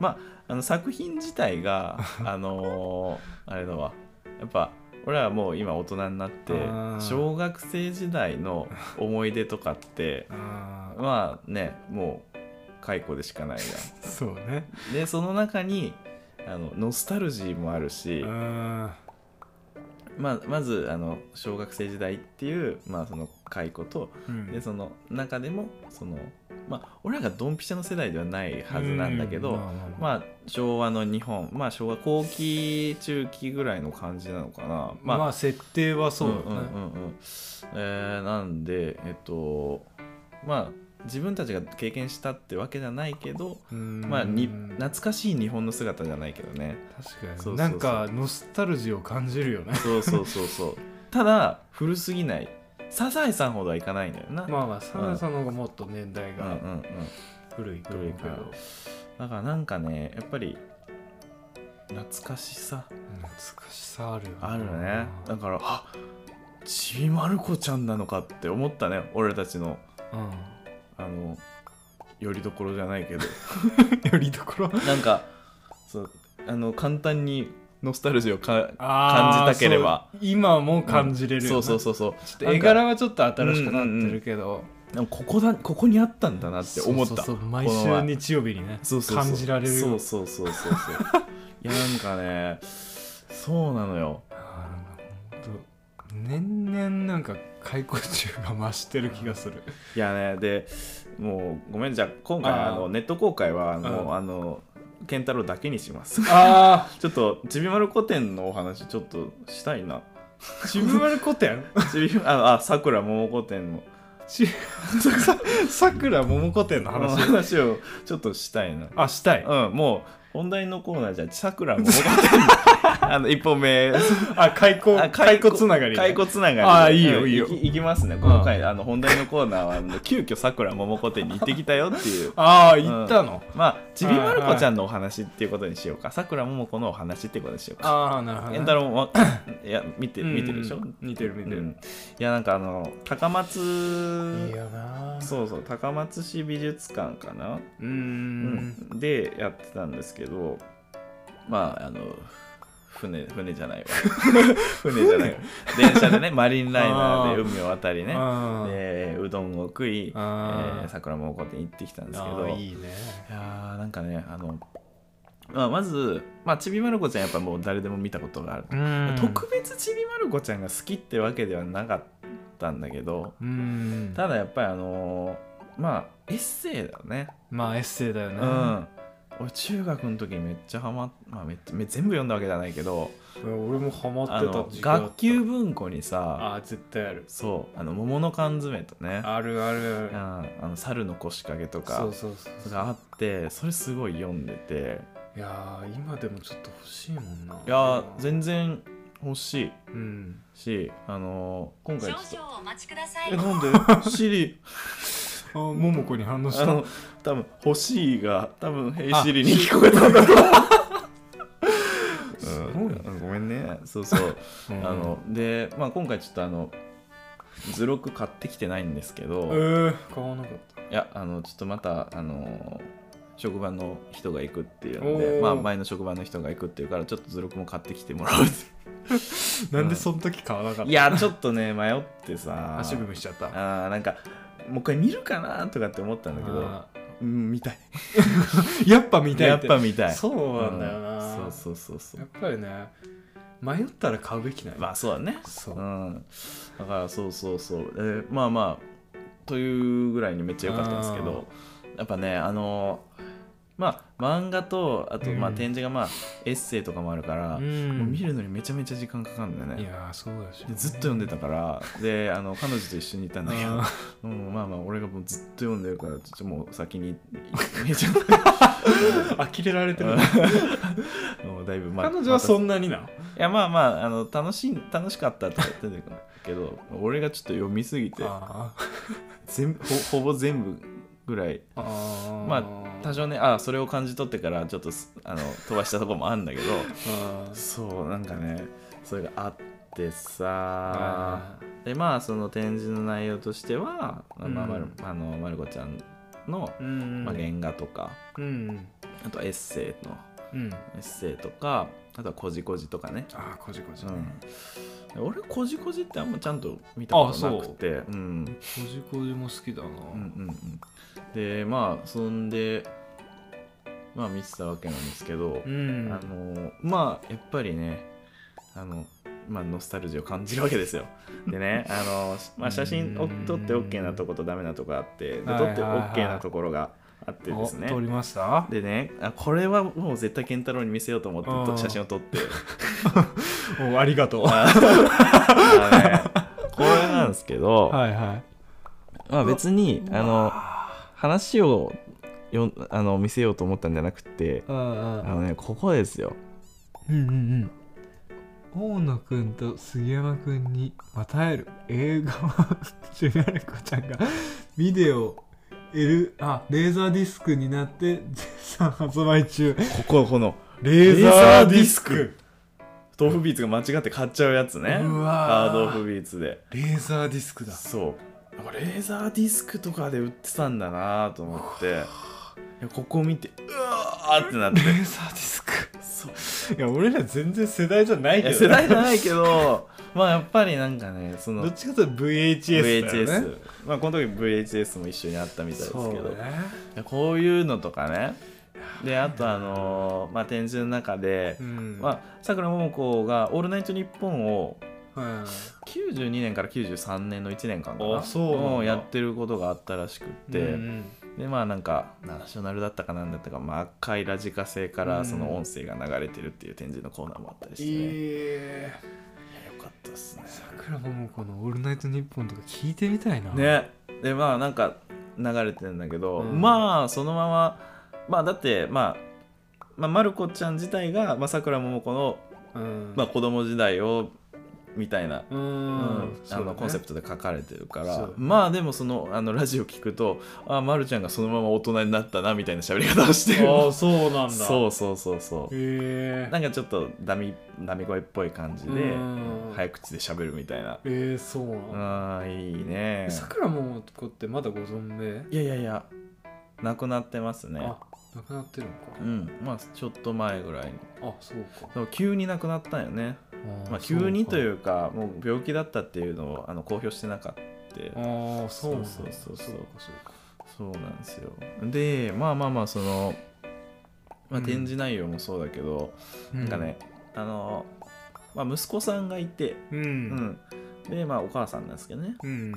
Speaker 2: まああの作品自 体があのーあれだわやっぱ俺はもう今大人になって
Speaker 1: あー
Speaker 2: 小学生時代の思い出とかって
Speaker 1: あー
Speaker 2: まあねもう解雇でしかな いじ
Speaker 1: そうね
Speaker 2: ゃんでその中にあのノスタルジーもあるし、
Speaker 1: うん
Speaker 2: まあ、まずあの小学生時代っていう、まあ、その解雇と
Speaker 1: うん
Speaker 2: でその中でもそのまあ俺らがドンピシャの世代ではないはずなんだけ
Speaker 1: う
Speaker 2: ど、
Speaker 1: んまあまあまあ
Speaker 2: まあ昭和の日本まあ昭和後期中期ぐらいの感じなのかなまあ、
Speaker 1: まあ設定はそうだね
Speaker 2: んうんうんうんえーなんでえっとまあ自分たちが経験したってわけじゃないけどまあに
Speaker 1: うん
Speaker 2: 懐かしい日本の姿じゃないけどね
Speaker 1: 確かに
Speaker 2: そうそうそう
Speaker 1: なんかノスタルジーを感じるよね
Speaker 2: そうそうそうそう ただ古すぎないサザエさんほどはいかないんだよな、
Speaker 1: まあまあサナさんの方がもっと年代
Speaker 2: うんうんう
Speaker 1: が
Speaker 2: ん
Speaker 1: 古いと思うけど、
Speaker 2: 古いからだからなんかねやっぱり懐かしさ
Speaker 1: うん懐かしさあるよ
Speaker 2: あるねだからあち びまる子ちゃんなのかって思ったね俺たちの
Speaker 1: うん
Speaker 2: あのよりどころじゃないけど
Speaker 1: よりどころ
Speaker 2: なんかそうあの簡単にノスタルジーをか
Speaker 1: あー
Speaker 2: 感じたければ
Speaker 1: そう今も感じれるよな、
Speaker 2: そうそうそうそう
Speaker 1: ちょっと絵柄はちょっと新しくなってるけど
Speaker 2: なんかここだここにあったんだなって思っ
Speaker 1: そ
Speaker 2: た
Speaker 1: うそうそう毎
Speaker 2: この
Speaker 1: 週
Speaker 2: 前
Speaker 1: 日曜日にね
Speaker 2: そうそうそう
Speaker 1: 感じられる
Speaker 2: そうそうそうそうそういやなんかねそうなのよ
Speaker 1: あーなんかほんと年々なんか解雇中が増してる気がする
Speaker 2: いやねでもうごめんじゃあ今回
Speaker 1: あ
Speaker 2: あ
Speaker 1: ー
Speaker 2: のネット公開はもう、
Speaker 1: うん
Speaker 2: あの健太郎だけにします
Speaker 1: あ
Speaker 2: ちょっとちびまる古典のお話ちょっとしたいな
Speaker 1: あちびまる古典
Speaker 2: ちびああさくらもも古典の
Speaker 1: ちささくらもも古典の
Speaker 2: 話
Speaker 1: 話
Speaker 2: 話をちょっとしたいな
Speaker 1: あしたい
Speaker 2: うんもう本題のコーナーじゃさくらもも古 典あの一本目
Speaker 1: あ解雇
Speaker 2: あ
Speaker 1: 解雇つながり
Speaker 2: 解雇つながりで
Speaker 1: あーいいよ
Speaker 2: うん
Speaker 1: いいよ
Speaker 2: きいきますねこの回あの本題のコーナーはあの急遽さくらももこ店に行ってきたよっていう
Speaker 1: ああ言ったの、
Speaker 2: まあちびまる子ちゃんのお話っていうことにしようかさくらももこのお話っていうことにしようか
Speaker 1: ああなるほど
Speaker 2: え
Speaker 1: ね
Speaker 2: んたろ うもわいや見て見てるでしょ、
Speaker 1: うん見てる見てる、
Speaker 2: うんいやなんかあの高松
Speaker 1: いいよな
Speaker 2: そうそう高松市美術館かな、
Speaker 1: うーん
Speaker 2: でやってたんですけどまああの船船じゃない わ船じゃないわ電車でねマリンライナーで海を渡りね
Speaker 1: あー
Speaker 2: でうどんを食い、え
Speaker 1: あー
Speaker 2: ー、桜もこ店行ってきたんですけ
Speaker 1: あ
Speaker 2: ど
Speaker 1: ー
Speaker 2: い
Speaker 1: いいね
Speaker 2: やーなんかねあの、まあ、まず、まあ、ちびまる子ちゃんやっぱもう誰でも見たことがある、
Speaker 1: うん
Speaker 2: 特別ちびまる子ちゃんが好きってわけではなかったんだけど
Speaker 1: うん
Speaker 2: ただやっぱりあのーまあエッセイだよね
Speaker 1: まあエッセイだよね
Speaker 2: うん、俺中学の時めっちゃハマっ、まあ、めっちゃめ全部読んだわけじゃないけど
Speaker 1: 俺もハマ
Speaker 2: あ
Speaker 1: ってた
Speaker 2: の
Speaker 1: 時期があった
Speaker 2: 学級文庫にさ
Speaker 1: ああ絶対ある
Speaker 2: そうあの桃の缶詰とね
Speaker 1: あるある
Speaker 2: うん
Speaker 1: ある
Speaker 2: あの猿の腰掛けと
Speaker 1: そ
Speaker 2: か
Speaker 1: うそうそう
Speaker 2: があってそれすごい読んでて
Speaker 1: いやー今でもちょっと欲しいもんない
Speaker 2: いやー全然欲しい
Speaker 1: うん
Speaker 2: しあのー今
Speaker 4: 少
Speaker 2: 回ちょっ
Speaker 4: 々お待ちください
Speaker 2: とえ。なんでシリ
Speaker 1: あももこに反応し
Speaker 2: あ
Speaker 1: た
Speaker 2: の多分欲しいが多分ヘイ
Speaker 1: あ
Speaker 2: シリに聞こえたんだと思う
Speaker 1: すごいね
Speaker 2: うんごめんね そうそう
Speaker 1: あ
Speaker 2: あので、まあ、今回ちょっとあの図録買ってきてないんですけど、
Speaker 1: えー、買わなかった
Speaker 2: いやあのちょっとまたあの職場の人が行くっていうの
Speaker 1: お
Speaker 2: で、
Speaker 1: ー
Speaker 2: まあ、前の職場の人が行くっていうからちょっと図録も買ってきてもらおうって
Speaker 1: なんでその時買わなかった
Speaker 2: いやちょっとね迷ってさ
Speaker 1: 足踏みしちゃった
Speaker 2: あーなんかもう一回見るかなとかって思ったんだけど、
Speaker 1: あ
Speaker 2: うん、見たい
Speaker 1: ー やっぱ見たい
Speaker 2: やってぱ見たい
Speaker 1: そうなんだよな、
Speaker 2: うんそうそうそうそ
Speaker 1: や
Speaker 2: う
Speaker 1: っぱりね迷ったら買うべきなんよ
Speaker 2: まあそうだね
Speaker 1: そう、
Speaker 2: うん、だからそうそうそう、えーまあまあというぐらいにめっちゃ良かったんですけどやっぱねあのーまあ漫画とあと
Speaker 1: うん
Speaker 2: まあ展示がまあエッセイとかもあるから、
Speaker 1: うん
Speaker 2: もう見るのにめちゃめちゃ時間かかるんだよ
Speaker 1: い
Speaker 2: ね。
Speaker 1: やーそうだし、
Speaker 2: でずっと読んでたからであの彼女と一緒にいたんだけど
Speaker 1: あ、
Speaker 2: うん、まあまあ俺がもうずっと読んでるからちょっともう先 にめちゃ
Speaker 1: 呆れられてる
Speaker 2: もうだいぶまあ
Speaker 1: 彼女はそ
Speaker 2: い
Speaker 1: んなになの
Speaker 2: やまあまああの楽しい楽しかったとか言ってたけど 俺がちょっと読みすぎて
Speaker 1: あー
Speaker 2: 全ほほぼ全部ぐらい
Speaker 1: あ
Speaker 2: まあ多少ねあそれを感じ取ってからちょっとすあの飛ばしたとこもあるんだ けどそうなんかねそれがあってさ
Speaker 1: あ
Speaker 2: でまあその展示の内容としては、
Speaker 1: うん
Speaker 2: まあまるあのまる子ちゃんの、
Speaker 1: うん
Speaker 2: まあ、原画とか
Speaker 1: うん
Speaker 2: あとエッセイの
Speaker 1: うん
Speaker 2: エッセイとかあとはこじこじとかね
Speaker 1: ああこじこじ、
Speaker 2: うんで俺こじこじってあんまちゃんと見たことなくてうん
Speaker 1: こじこじも好きだな、
Speaker 2: うんうんうん、でまあそんでまあ見てたわけなんですけど、
Speaker 1: うん
Speaker 2: あのまあやっぱりねあのまあノスタルジーを感じるわけですよ。でねあの、まあ、写真を撮って OK なとことダメなとこあってで
Speaker 1: はい
Speaker 2: 撮って
Speaker 1: はいはい
Speaker 2: OK なところがあってですね
Speaker 1: お。通りました
Speaker 2: でねあこれはもう絶対健太郎に見せようと思って
Speaker 1: うん
Speaker 2: と写真を撮って
Speaker 1: おありがとうは
Speaker 2: あのねこれなんですけど、
Speaker 1: いはい
Speaker 2: まあ、別にあの話をよあの見せようと思ったんじゃなくて
Speaker 1: うん
Speaker 2: あのねここですよ
Speaker 1: うんうんうん大野くんと杉山くんにまた会える映画はちびまる子ちゃんがビデオ L あレーザーディスクになって絶賛 発売中
Speaker 2: こここの
Speaker 1: レ
Speaker 2: ーザーディスク
Speaker 1: ク
Speaker 2: 豆腐ビーツが間違って買っちゃうやつね
Speaker 1: うわー
Speaker 2: ハードオフビーツで
Speaker 1: レーザーディスクだ
Speaker 2: そうレーザーディスクとかで売ってたんだなと思っていやここ見てうわーってなって
Speaker 1: レーザーディスク そういや俺ら全然世代じゃない
Speaker 2: い
Speaker 1: け
Speaker 2: や
Speaker 1: ど
Speaker 2: 世代じゃ
Speaker 1: い
Speaker 2: ないけどまあやっぱりなんかねそ
Speaker 1: ど
Speaker 2: の
Speaker 1: っちかというと VHS だよね
Speaker 2: VHS まあこの時 VHS も一緒にあったみたいですけ
Speaker 1: そう
Speaker 2: ど
Speaker 1: ね
Speaker 2: いやこういうのとかねであとあのーまあ展示の中で
Speaker 1: うん
Speaker 2: まあさくらももこが「オールナイトニッポン」を
Speaker 1: は
Speaker 2: 92年から93年の1年間か
Speaker 1: あ
Speaker 2: な
Speaker 1: そうなんだ
Speaker 2: んやってることがあったらしくっ
Speaker 1: い
Speaker 2: て、
Speaker 1: うん
Speaker 2: でまあなんかナショナルだったかなんだったか、まあ、赤いラジカセからその音声が流れてるっていう展示のコーナーもあったりして、ねい
Speaker 1: ええ
Speaker 2: やよかったっすね。
Speaker 1: さくらももこの「オールナイトニッポン」とか聞いてみたいな
Speaker 2: ねでまあなんか流れてるんだけど、
Speaker 1: うん
Speaker 2: まあそのまままあだってまあ、まあ、まる子ちゃん自体がまあさくらももこの、
Speaker 1: うん
Speaker 2: まあ、子供時代をみたいな
Speaker 1: う
Speaker 2: うん
Speaker 1: ん
Speaker 2: あのコンセプ
Speaker 1: ト
Speaker 2: トで書かれてるか
Speaker 1: そ
Speaker 2: ら、
Speaker 1: うね
Speaker 2: まあでもそのあのラジオ聞くとあ、ま、るちゃんがそのまま大人になったなみたいな喋り方をしてる
Speaker 1: ああそうなんだ
Speaker 2: そうそうそうそう
Speaker 1: え
Speaker 2: なんかちょっとダミダミ声っぽい感じで
Speaker 1: うん
Speaker 2: 早口で喋るみたいな
Speaker 1: えー、そうなんだ
Speaker 2: あーいいね
Speaker 1: さくらももこってまだご存命、
Speaker 2: いやいやいやなくなってますね
Speaker 1: あなくなってるのか
Speaker 2: うんまあちょっと前ぐらいに
Speaker 1: あそうか
Speaker 2: でも急になくなったんよねまあ、急にというかもう病気だったっていうのをあの公表してなかった
Speaker 1: ああそうなんだ
Speaker 2: そうそうそうそ
Speaker 1: か
Speaker 2: う
Speaker 1: そうか
Speaker 2: そうなんですよでまあまあまあその、まあ、
Speaker 1: うん
Speaker 2: 展示内容もそうだけど、
Speaker 1: な
Speaker 2: なんかねあの、まあ、息子さんがいて、
Speaker 1: う
Speaker 2: うんんでまあお母さんなんですけどね
Speaker 1: うん、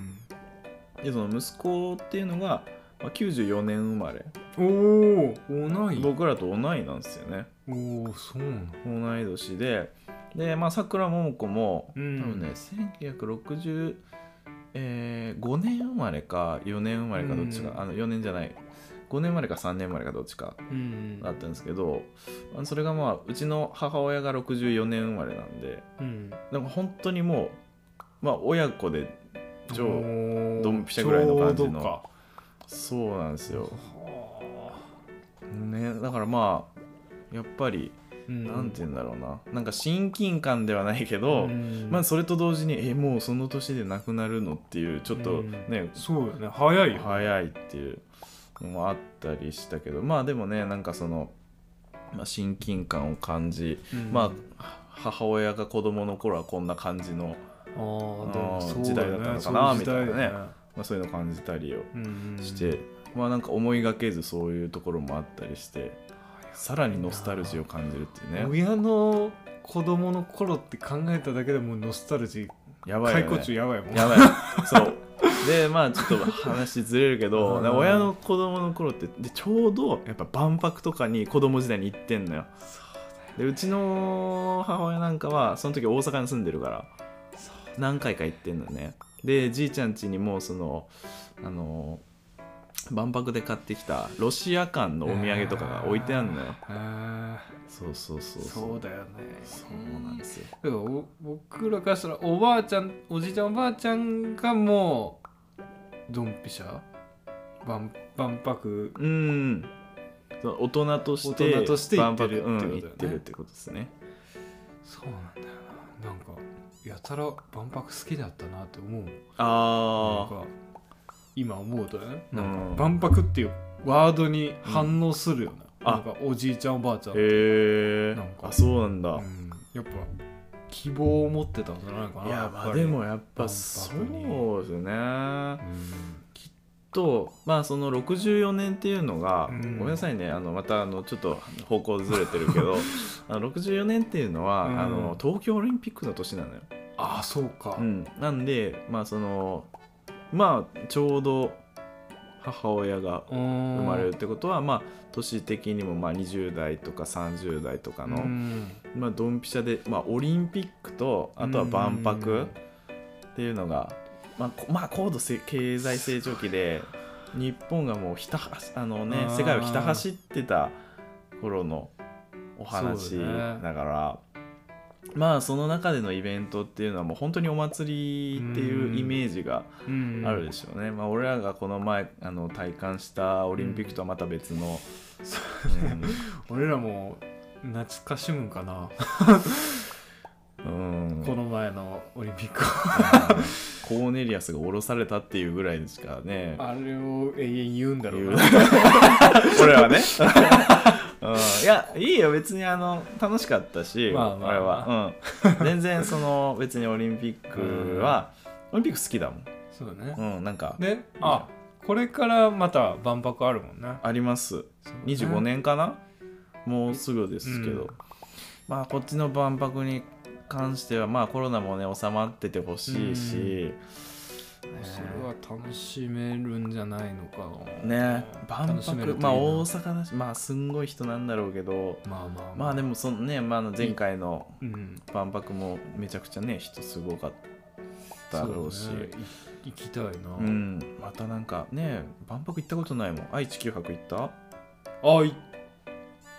Speaker 2: でその息子っていうのが、まあ、94年生まれ
Speaker 1: おお同い
Speaker 2: 僕らと同いなんですよね
Speaker 1: おおそうなんだ
Speaker 2: 同い年ででまあさくらももこも、
Speaker 1: うん
Speaker 2: 多分ね1965、えー5年生まれか4年生まれかどっちか、
Speaker 1: うん
Speaker 2: あの4年じゃない5年生まれか3年生まれかどっちか
Speaker 1: うん
Speaker 2: だったんですけどあのそれがまあうちの母親が64年生まれなんで
Speaker 1: うん
Speaker 2: なんか本当にもう、まあ、親子で超
Speaker 1: おー
Speaker 2: ドンピシャぐらいの感じの
Speaker 1: ちょうどか
Speaker 2: そうなんですよ、
Speaker 1: は
Speaker 2: ね、だからまあやっぱり
Speaker 1: あうん
Speaker 2: なんて言うんだろうななんか親近感ではないけど、
Speaker 1: うん
Speaker 2: まあ、それと同時にえもうその年で亡くなるのっていうちょっ
Speaker 1: う
Speaker 2: と
Speaker 1: ん
Speaker 2: ね、
Speaker 1: そうよね早いよ
Speaker 2: 早いっていうのもあったりしたけどまあでもねなんかその、まあ、親近感を感じ、
Speaker 1: うん
Speaker 2: まあ母親が子供の頃はこんな感じの、
Speaker 1: あーでも
Speaker 2: あー
Speaker 1: そうよね
Speaker 2: 時代だったのかな
Speaker 1: そうう時代だよ
Speaker 2: みまあ、そういうのを感じたりを
Speaker 1: うん
Speaker 2: して、まあなんか思いがけずそういうところもあったりしてさらにノスタルジーを感じるっていうね
Speaker 1: 親の子供の頃って考えただけでもうノスタルジー
Speaker 2: やばい
Speaker 1: 解
Speaker 2: よ
Speaker 1: 雇中
Speaker 2: ね
Speaker 1: やばいもん
Speaker 2: やばいそうでまあちょっと話ずれるけど、
Speaker 1: うん
Speaker 2: なんか親の子供の頃ってでちょうどやっぱ万博とかに子供時代に行ってんのよでうちの母親なんかはその時大阪に住んでるから何回か行ってんのねでじいちゃん家にもうそのあの万博で買ってきたロシア館のお土産とかが置いてあるのよ
Speaker 1: あ
Speaker 2: そうそう
Speaker 1: ー
Speaker 2: そう
Speaker 1: そうだよね
Speaker 2: そうなんですよ
Speaker 1: だからお僕らからしたらおばあちゃんおじいちゃんおばあちゃんがもうドンピシャ万万博
Speaker 2: うんその大人とし
Speaker 1: 大
Speaker 2: て
Speaker 1: 人として行ってる
Speaker 2: 万博
Speaker 1: ってこと
Speaker 2: うん
Speaker 1: だよね
Speaker 2: 行ってるってことですね
Speaker 1: そうなんだよななんかやたら万博好きだったなって思うなん
Speaker 2: あ
Speaker 1: か今思うとねなん
Speaker 2: う
Speaker 1: か万
Speaker 2: ん
Speaker 1: 博っていうワードに反応するよね、
Speaker 2: うんあ
Speaker 1: なんかおじいちゃんおばあちゃん
Speaker 2: あへえ
Speaker 1: なんか
Speaker 2: あそうなんだ、
Speaker 1: うんやっぱ希望を持ってたんじゃないかないい
Speaker 2: やまあでもやっぱそうですねとまあその64年っていうのが、
Speaker 1: うん
Speaker 2: ごめんなさいねあのまたあのちょっと方向ずれてる けどあの64年っていうのは、
Speaker 1: うん
Speaker 2: あの東京オリンピックの年なのよ、
Speaker 1: ああそうか、
Speaker 2: うん、なんでまあそのまあちょうど母親が
Speaker 1: 生
Speaker 2: 生ま
Speaker 1: ま
Speaker 2: れるってことは、まあ年的にもまあ20代とか30代とかの、まあドンピシャで、まあ、オリンピックとあとは万
Speaker 1: うん
Speaker 2: 博っていうのが、まあこまあ、高度せ経済成長期で日本がもうひたはあの、ね
Speaker 1: あ、ー
Speaker 2: 世界をひた走ってた頃のお
Speaker 1: そ
Speaker 2: 話
Speaker 1: うだね
Speaker 2: だから。まあその中でのイベントっていうのはもう本当にお祭りっていうイメージがあるでしょうね、まあ、俺らがこの前あの体感したオリンピックとはまた別の、うん
Speaker 1: 俺らも懐かしむんかな
Speaker 2: うん
Speaker 1: この前のオリンピック
Speaker 2: コーネリアスが降ろされたっていうぐらいしかね
Speaker 1: あれを永遠言うんだろ
Speaker 2: 言
Speaker 1: う
Speaker 2: う
Speaker 1: な
Speaker 2: 俺はね うんいやいいよ別にあの楽しかったし、
Speaker 1: まあまあ
Speaker 2: 俺は、 うん、全然その別にオリンピックはオリンピック好きだも
Speaker 1: そうだね
Speaker 2: ん、うん、なんか
Speaker 1: であこれからまた万博あるもんな
Speaker 2: あります25年かな、もうすぐですけど、
Speaker 1: うん
Speaker 2: まあこっちの万博に関してはまあコロナもね収まっててほしいし、
Speaker 1: それは楽しめるんじゃないのか
Speaker 2: ね万
Speaker 1: 楽しめるとい
Speaker 2: 博
Speaker 1: いな
Speaker 2: まあ大阪だしまあすんごい人なんだろうけど
Speaker 1: まあまあ
Speaker 2: まあでもそのね、まあ、あの前回の
Speaker 1: うん
Speaker 2: 万博もめちゃくちゃね人すごかったろうし
Speaker 1: そねい行きたいな
Speaker 2: うん、またなんかね万博行ったことないもん愛知9泊行った
Speaker 1: あ行っ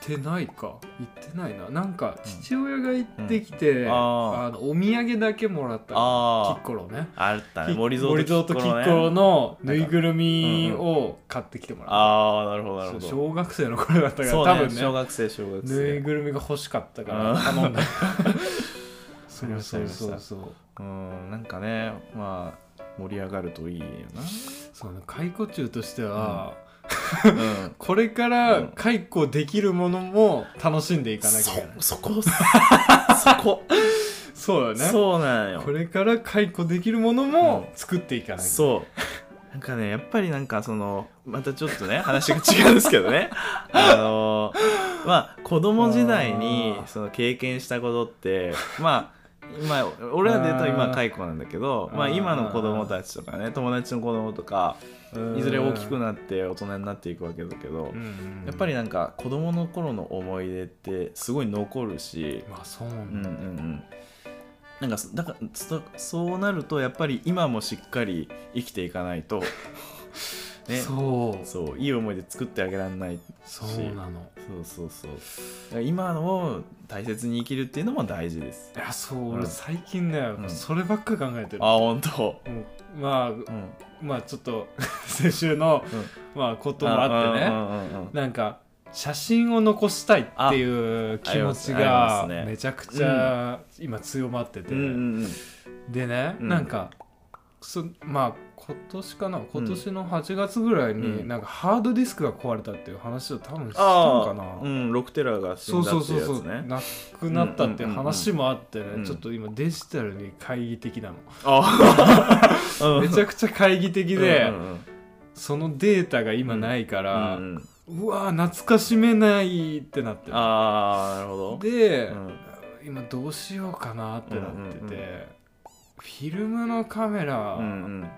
Speaker 1: てないか行ってないななんか父親が行ってきて、
Speaker 2: んあー
Speaker 1: あのお土産だけもらったの
Speaker 2: あ
Speaker 1: キッコロね
Speaker 2: ああったね
Speaker 1: キ
Speaker 2: 森蔵と
Speaker 1: 森
Speaker 2: キ
Speaker 1: 蔵と
Speaker 2: ッコロ
Speaker 1: キ
Speaker 2: ね
Speaker 1: ッコロのぬいぐるみを買ってきてもらっ
Speaker 2: ああなるほど
Speaker 1: た、
Speaker 2: なるほど
Speaker 1: そう小学生の頃だったから、
Speaker 2: そう
Speaker 1: 多
Speaker 2: ね
Speaker 1: 分ね
Speaker 2: 小学生小学
Speaker 1: ぬい
Speaker 2: 生
Speaker 1: ぐるみが欲しかったか
Speaker 2: う
Speaker 1: ら
Speaker 2: ん
Speaker 1: 頼んだそ
Speaker 2: あり
Speaker 1: う
Speaker 2: ました
Speaker 1: そうそうそう
Speaker 2: うんなんかねまあ盛り上がるといいよ
Speaker 1: そうね解雇中としては、
Speaker 2: な、うん、
Speaker 1: これか
Speaker 2: うん
Speaker 1: ら解雇できるものも楽しんでいかなきゃい
Speaker 2: そ
Speaker 1: けない、
Speaker 2: そこそこ、
Speaker 1: そうだね
Speaker 2: そうなんよ
Speaker 1: これから解雇できるものも作っていかないと、
Speaker 2: そう。なんかね、やっぱりなんかその、またちょっとね、話が違うんですけ どね。あのーまあ、子供時代に
Speaker 1: あー
Speaker 2: その経験したことって、まあ、今俺らで言うと今
Speaker 1: あー
Speaker 2: 解雇なんだけどまあ、
Speaker 1: あー
Speaker 2: 今の子供たちとかね友達の子供とか
Speaker 1: うん
Speaker 2: いずれ大きくなって大人になっていくわけだけ
Speaker 1: う
Speaker 2: ど
Speaker 1: んうん
Speaker 2: やっぱりなんか子供の頃の思い出ってすごい残るし
Speaker 1: まあそう
Speaker 2: う
Speaker 1: なん
Speaker 2: んうんう
Speaker 1: だ、
Speaker 2: んなんかそだからそそうなるとやっぱり今もしっかり生きていかない とね
Speaker 1: そう
Speaker 2: そういい思い出作ってあげられない
Speaker 1: そうなの
Speaker 2: そうそうそうだから今のを大切に生きるっていうのも大事です
Speaker 1: いやそう、
Speaker 2: ん
Speaker 1: 俺最近ね、
Speaker 2: ん
Speaker 1: そればっか考えてる
Speaker 2: あ本当
Speaker 1: もうまあ
Speaker 2: うん
Speaker 1: まあちょっと 先週の、まあこともあってね
Speaker 2: ねうんうんうん
Speaker 1: なんか写真を残したいっていう気持ち
Speaker 2: ああ
Speaker 1: が
Speaker 2: りますね
Speaker 1: めちゃくちゃ今強まってて、
Speaker 2: うんうんうん
Speaker 1: でね、
Speaker 2: うん
Speaker 1: なんかそまあ今年かな今年の8月ぐらいに、
Speaker 2: うん
Speaker 1: なんかハードディスクが壊れたっていう話を多分したのかな、
Speaker 2: あーうん6テラが死
Speaker 1: そ
Speaker 2: ん
Speaker 1: う
Speaker 2: だって
Speaker 1: そ
Speaker 2: いうう
Speaker 1: そう
Speaker 2: やつね
Speaker 1: そう、なくなったっていう話もあってね、
Speaker 2: うんうん
Speaker 1: ちょっと今デジタルに懐疑的なの、
Speaker 2: あー
Speaker 1: めちゃくちゃ懐疑的で、
Speaker 2: うんうん
Speaker 1: そのデータが今ないか
Speaker 2: うん
Speaker 1: ら、
Speaker 2: う
Speaker 1: うん
Speaker 2: うん
Speaker 1: わー懐かしめないってなってる
Speaker 2: ああなるほど
Speaker 1: で、
Speaker 2: うん
Speaker 1: 今どうしようかなってなってて、
Speaker 2: うんうんうん
Speaker 1: フィルムのカメ
Speaker 2: うんう
Speaker 1: ラ
Speaker 2: ん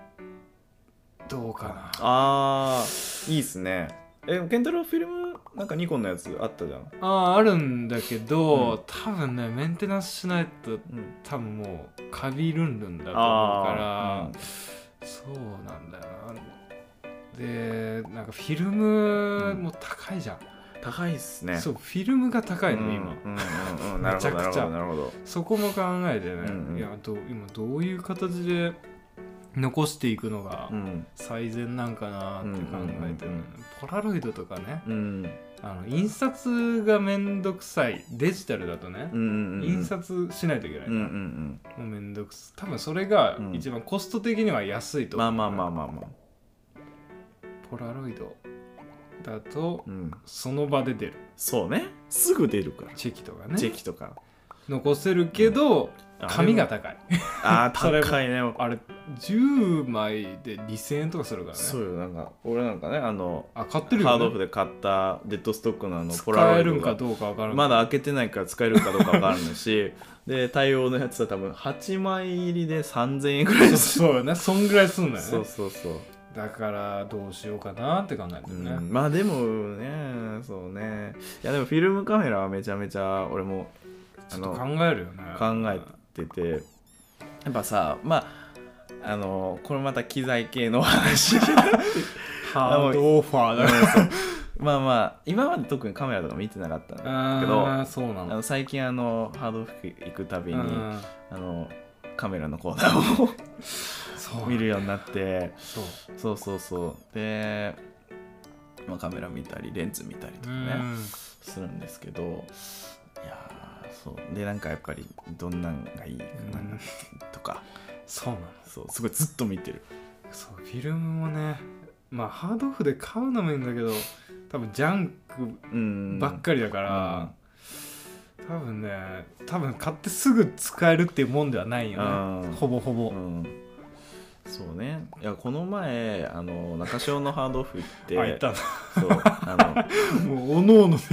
Speaker 1: どうかな、
Speaker 2: あーいいっすねえケンタロウフィルムなんかニコンのやつあったじゃん、
Speaker 1: あーあるんだけど、
Speaker 2: うん
Speaker 1: 多分ねメンテナンスしないと
Speaker 2: うん、
Speaker 1: 多分もうカビルンルンだと思う
Speaker 2: あ
Speaker 1: から、そうなんだよなでなんかフィルムも高いじゃん、
Speaker 2: うん高いっすね
Speaker 1: そううフィルムが高いの、今
Speaker 2: んうんうんうんなるほど
Speaker 1: めちゃくちゃ
Speaker 2: なるほどなるほ
Speaker 1: そこも考えてね、
Speaker 2: うんうん
Speaker 1: いやどう今どういう形で残していくのが
Speaker 2: どうん
Speaker 1: 最善なんかなって考えてる、
Speaker 2: うんうんうんうん
Speaker 1: ポラロイドとかね
Speaker 2: うん
Speaker 1: あの印刷がめんどくさいデジタルだとね
Speaker 2: うんう、んうん
Speaker 1: 印刷しないといけない、
Speaker 2: うんうんうん
Speaker 1: もうめんどくさい多分それが
Speaker 2: うん
Speaker 1: 一番コスト的には安いと
Speaker 2: ま
Speaker 1: 思う、
Speaker 2: あまあまあまあまあ
Speaker 1: ポラロイドだと
Speaker 2: うん
Speaker 1: その場で出る
Speaker 2: そうねすぐ出るから
Speaker 1: チェキとかね
Speaker 2: チェキとか
Speaker 1: 残せるけど、
Speaker 2: あ
Speaker 1: 紙が高い
Speaker 2: あ
Speaker 1: それ
Speaker 2: ー
Speaker 1: も
Speaker 2: 高いね
Speaker 1: あれ10枚で2000円とかするからね
Speaker 2: そうよなんか俺なんかねあの
Speaker 1: あ買ってる
Speaker 2: ハードオ
Speaker 1: よ、
Speaker 2: フ
Speaker 1: ね、
Speaker 2: で買ったデッドストックのあのポ
Speaker 1: 使
Speaker 2: ラロ
Speaker 1: え
Speaker 2: イド
Speaker 1: るん
Speaker 2: が
Speaker 1: かどうかわからんけど
Speaker 2: まだ開けてないから使えるかどうか分からないしで対応のやつは多分8枚入りで3000円ぐら
Speaker 1: そ
Speaker 2: い
Speaker 1: う
Speaker 2: です
Speaker 1: そうよねそんぐらいすんだよね
Speaker 2: そうそうそう、
Speaker 1: だからどうしようかなって考えてる
Speaker 2: うん
Speaker 1: ね、
Speaker 2: まあでもねそうねいやでもフィルムカメラはめちゃめちゃ俺もあ
Speaker 1: ちょっと
Speaker 2: の
Speaker 1: 考
Speaker 2: 考
Speaker 1: えるよね
Speaker 2: えててやっぱさまああのこれまた機材系 の話
Speaker 1: ハードオファーだから
Speaker 2: まあまあ今まで特にカメラとか見てなかったんだけど
Speaker 1: あーそうな
Speaker 2: あ
Speaker 1: の
Speaker 2: の最近あのハードオフ行くたびに
Speaker 1: うん
Speaker 2: あのカメラのコーナーを
Speaker 1: そう
Speaker 2: 見るようになって
Speaker 1: そう
Speaker 2: そうそうそうで、まあ、カメラ見たりレンズ見たりとかね
Speaker 1: うん
Speaker 2: するんですけどいやーそうでなんかやっぱりどんなんがいいかな
Speaker 1: うん
Speaker 2: とか、
Speaker 1: そうなの
Speaker 2: そうすごいずっと見てる
Speaker 1: そうフィルムもねまあハードオフで買うのもいいんだけど多分ジャンク
Speaker 2: うん
Speaker 1: ばっかりだから、多分ね多分買ってすぐ使えるっていうもんではないよね、
Speaker 2: うん
Speaker 1: ほぼほぼ、
Speaker 2: うんそうねいやこの前あの中潮のハードオフ行って
Speaker 1: あいたな
Speaker 2: そうあ
Speaker 1: もうおのおので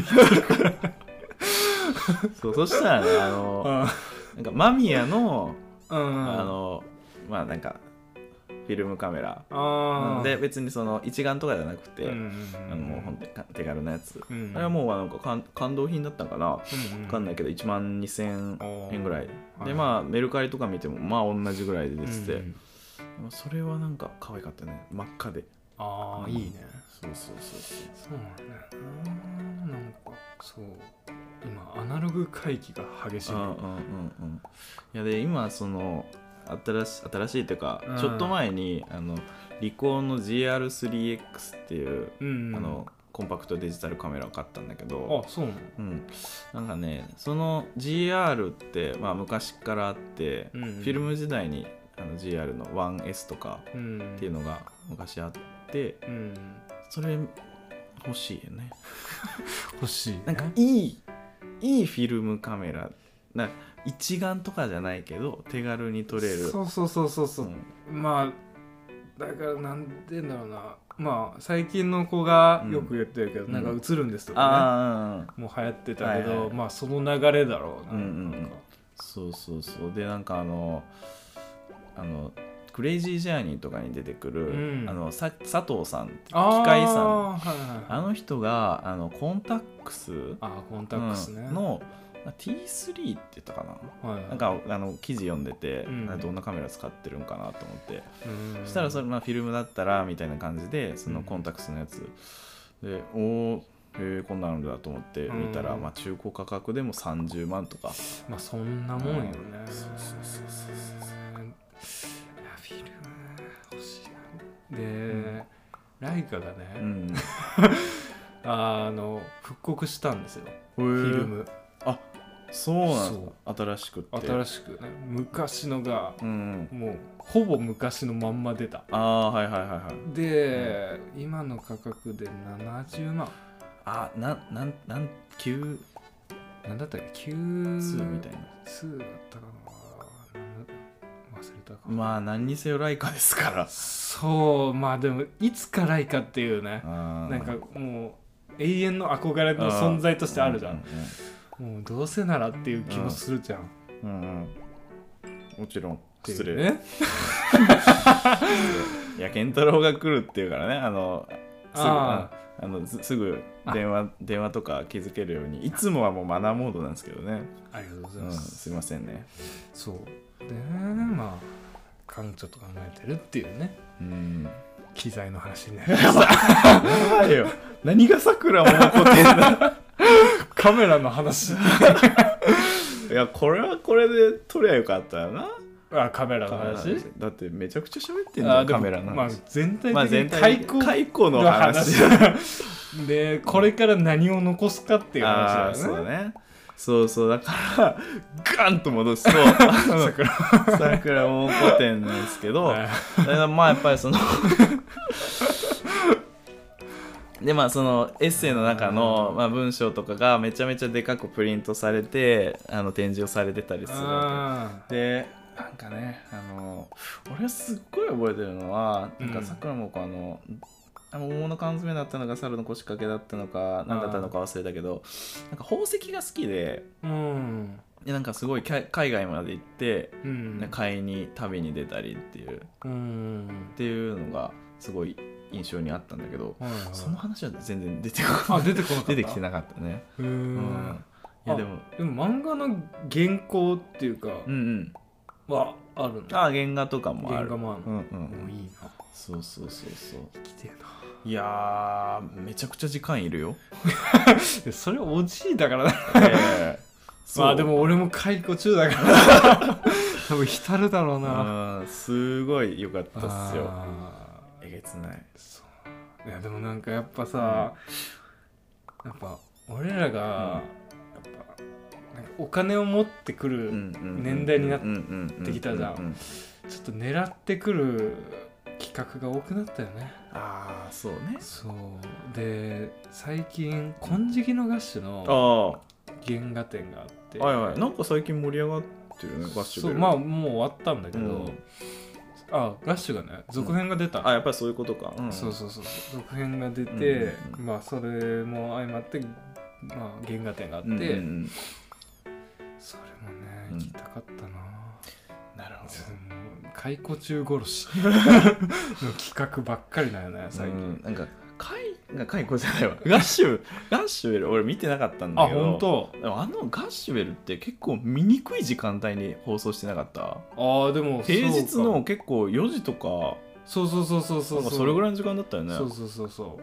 Speaker 2: のそうそしたらね あのなんか間宮のあ
Speaker 1: あ
Speaker 2: のまあなんかフィルムカメラ
Speaker 1: あー
Speaker 2: で別にその一眼とかじゃなくて、
Speaker 1: うん
Speaker 2: あのもうほんとか手軽なやつ、
Speaker 1: うん
Speaker 2: あれはもうなんか感感動品だったんかな
Speaker 1: うん
Speaker 2: 分かんないけど1万2000円ぐらい
Speaker 1: おー
Speaker 2: でまあメルカリとか見てもまあ同じぐらいで出てて、
Speaker 1: うん
Speaker 2: まあそれはなんか可愛かったね真っ赤で
Speaker 1: ああいいね
Speaker 2: そうそうそうそ
Speaker 1: そうなんだよななんかそう今アナログ回帰が激しい
Speaker 2: うんうん
Speaker 1: ね
Speaker 2: うんうんいやで今その新し新しいっていうか、
Speaker 1: うん
Speaker 2: ちょっと前にあのリコーの GR3X っていう、
Speaker 1: うんうん
Speaker 2: あのコンパクトデジタルカメラを買ったんだけど、
Speaker 1: あそうなの
Speaker 2: うん、なんかねその GR って、まあ、昔からあって、
Speaker 1: うんうん
Speaker 2: フィルム時代にあの GR の 1S とか
Speaker 1: うん
Speaker 2: っていうのが昔あって
Speaker 1: うん
Speaker 2: それ欲しいよね
Speaker 1: 欲しい
Speaker 2: なんかいいいいフィルムカメラなんか一眼とかじゃないけど手軽に撮れる
Speaker 1: そうそうそうそうそううんまあだからなんて言うんだろうなまあ最近の子がよく言ってるけど、
Speaker 2: うん
Speaker 1: なんか映るんですとかね、
Speaker 2: ああ
Speaker 1: もう流行ってたけど、
Speaker 2: はいはい
Speaker 1: まあその流れだろうな,、
Speaker 2: うんうん
Speaker 1: なんか
Speaker 2: そうそうそうでなんかあのあのクレイジージャーニーとかに出てくる、
Speaker 1: うん
Speaker 2: あのさ佐藤さんって
Speaker 1: あー
Speaker 2: 機械さん
Speaker 1: はいはいはい
Speaker 2: あの人があのコンタックス
Speaker 1: あーコンタックスね、
Speaker 2: うんのまあ T3 って言ったかな
Speaker 1: はいはい
Speaker 2: なんかあの記事読んでて、
Speaker 1: うん
Speaker 2: あどんなカメラ使ってるんかなと思って、
Speaker 1: うん
Speaker 2: そしたらそれ、まあ、フィルムだったらみたいな感じでそのコンタクスのやつ、でおおへえこんなのだと思って見たら、
Speaker 1: うん
Speaker 2: まあ、中古価格でも30万とか
Speaker 1: まあそんなもんよね、
Speaker 2: うんそうそうそうそう
Speaker 1: いやフィルム欲しいなで、ライカがね、
Speaker 2: うん
Speaker 1: あの復刻したんですよ
Speaker 2: フ
Speaker 1: フィルム
Speaker 2: そうなん
Speaker 1: そ
Speaker 2: ですか新しくって
Speaker 1: 新しくね昔のが
Speaker 2: うん
Speaker 1: もうほぼ昔のまんま出た
Speaker 2: ああはいはいはいはい
Speaker 1: で、今の価格で70万
Speaker 2: あなんなんなん急
Speaker 1: なんだったっけ
Speaker 2: 通
Speaker 1: 9
Speaker 2: みたいな
Speaker 1: 2だったかななんだ忘れたか
Speaker 2: まあ何にせよライカです から
Speaker 1: そうまあでもいつからいかっていうね
Speaker 2: な
Speaker 1: なんかもう永遠の憧れの存在としてあるじゃん、もうどうせならっていう気もするじゃん、っ
Speaker 2: うんうん、うんうんもちろん
Speaker 1: ていう
Speaker 2: 失礼
Speaker 1: ね
Speaker 2: いや健太郎が来るっていうからねあのすぐ
Speaker 1: あ
Speaker 2: あのずすぐ電話電話とか気づけるようにいつもはもうマナーモードなんですけどね、
Speaker 1: ありがとうございうま
Speaker 2: ん、
Speaker 1: す、
Speaker 2: すいませんね
Speaker 1: そうでまあかんちょっと考えてるっていうね
Speaker 2: うん
Speaker 1: 機材の話になり ました
Speaker 2: やばいよ何がさくらも残ってんだ
Speaker 1: カメラの話
Speaker 2: いやこれはこれで撮りゃよかったよな
Speaker 1: あカメラの話
Speaker 2: だってめちゃくちゃ喋ってん
Speaker 1: あー
Speaker 2: だよ
Speaker 1: でも
Speaker 2: カメラの
Speaker 1: まあ
Speaker 2: 話、
Speaker 1: 全体
Speaker 2: まあ
Speaker 1: 的に
Speaker 2: 全体
Speaker 1: 開
Speaker 2: 的
Speaker 1: 口
Speaker 2: に開口の話
Speaker 1: の話でこれから何を残すかっていう
Speaker 2: ああー
Speaker 1: 話だ
Speaker 2: そ
Speaker 1: よ
Speaker 2: う
Speaker 1: ね
Speaker 2: ねそうそうだからガンと戻す とあの
Speaker 1: 桜
Speaker 2: 桜桃古店なんですけど、
Speaker 1: はい
Speaker 2: だからまあやっぱりそのでまあそのエッセイの中の、まあ、文章とかがめちゃめちゃでかくプリントされてあの展示をされてたりするわ
Speaker 1: あ
Speaker 2: けでなんかねあの俺はすっごい覚えてるのはなん
Speaker 1: う
Speaker 2: か
Speaker 1: ん
Speaker 2: さくらもこあのあの桃の缶詰だったのか猿の腰掛けだったのか何だったのか忘れたけどなんか宝石が好きで
Speaker 1: ーうん
Speaker 2: でなんかすごいきゃ海外まで行って、
Speaker 1: うん
Speaker 2: ね買いに旅に出たりっていう
Speaker 1: うん
Speaker 2: っていうのがすごい印象にあったんだけど、
Speaker 1: はいはい
Speaker 2: その話は全然出てこな
Speaker 1: あ出てこなかった
Speaker 2: 出てきてなかったね。
Speaker 1: うー
Speaker 2: うん
Speaker 1: ん
Speaker 2: いやでも
Speaker 1: でも漫画の原稿っていうか
Speaker 2: うんうん。
Speaker 1: はあるんだ
Speaker 2: あ原画とかもあ
Speaker 1: 原
Speaker 2: る。
Speaker 1: 画もある
Speaker 2: う
Speaker 1: の
Speaker 2: んうんう。
Speaker 1: もうんいいな
Speaker 2: そうそうそうそう。
Speaker 1: 来てえない
Speaker 2: やーめちゃくちゃ時間いるよ。
Speaker 1: でそれおじいだからな
Speaker 2: ええそ う
Speaker 1: まあでも俺も解雇中だから 多分浸るだろうな
Speaker 2: うんすごい良かったっすよ。
Speaker 1: あ
Speaker 2: えげつない。
Speaker 1: ーいやでもなんかやっぱさやっぱ俺らがやっぱなんかお金を持ってくる、年代にな
Speaker 2: って
Speaker 1: きたじゃんちょっと狙ってくる企画が多くなったよね
Speaker 2: ああそうね
Speaker 1: そうで最近「金色のガッシュ」の
Speaker 2: ああは
Speaker 1: 原画展があって
Speaker 2: いはいなんか最近盛り上がってるねガッシュ
Speaker 1: そ
Speaker 2: ベ
Speaker 1: う
Speaker 2: ル
Speaker 1: まあもう終わったんだけど、
Speaker 2: うん
Speaker 1: あガッシュがね続編が出た、
Speaker 2: あやっぱりそういうことか、うん、
Speaker 1: そうそうそう続編が出て、
Speaker 2: うんうんう
Speaker 1: まあそれも相まって、まあ、原画展があって、
Speaker 2: うんうんうん
Speaker 1: それもね
Speaker 2: うん
Speaker 1: 行きたかったな、
Speaker 2: なるほど
Speaker 1: うん、解雇中殺 しの企画ばっかりだよね最
Speaker 2: 最
Speaker 1: 近、
Speaker 2: 近なんかカイがカイコじゃないわ ガッシュガッシュベル俺見てなかったんだ
Speaker 1: あ
Speaker 2: けど
Speaker 1: 本当
Speaker 2: でもあのガッシュベルって結構醜い時間帯に放送してなかった
Speaker 1: ああでも
Speaker 2: 平日
Speaker 1: そうか
Speaker 2: の結構4時とか
Speaker 1: そうそうそうそうそ
Speaker 2: そう
Speaker 1: う
Speaker 2: それぐら
Speaker 1: い
Speaker 2: いの時間だったよね
Speaker 1: そうそうそうそ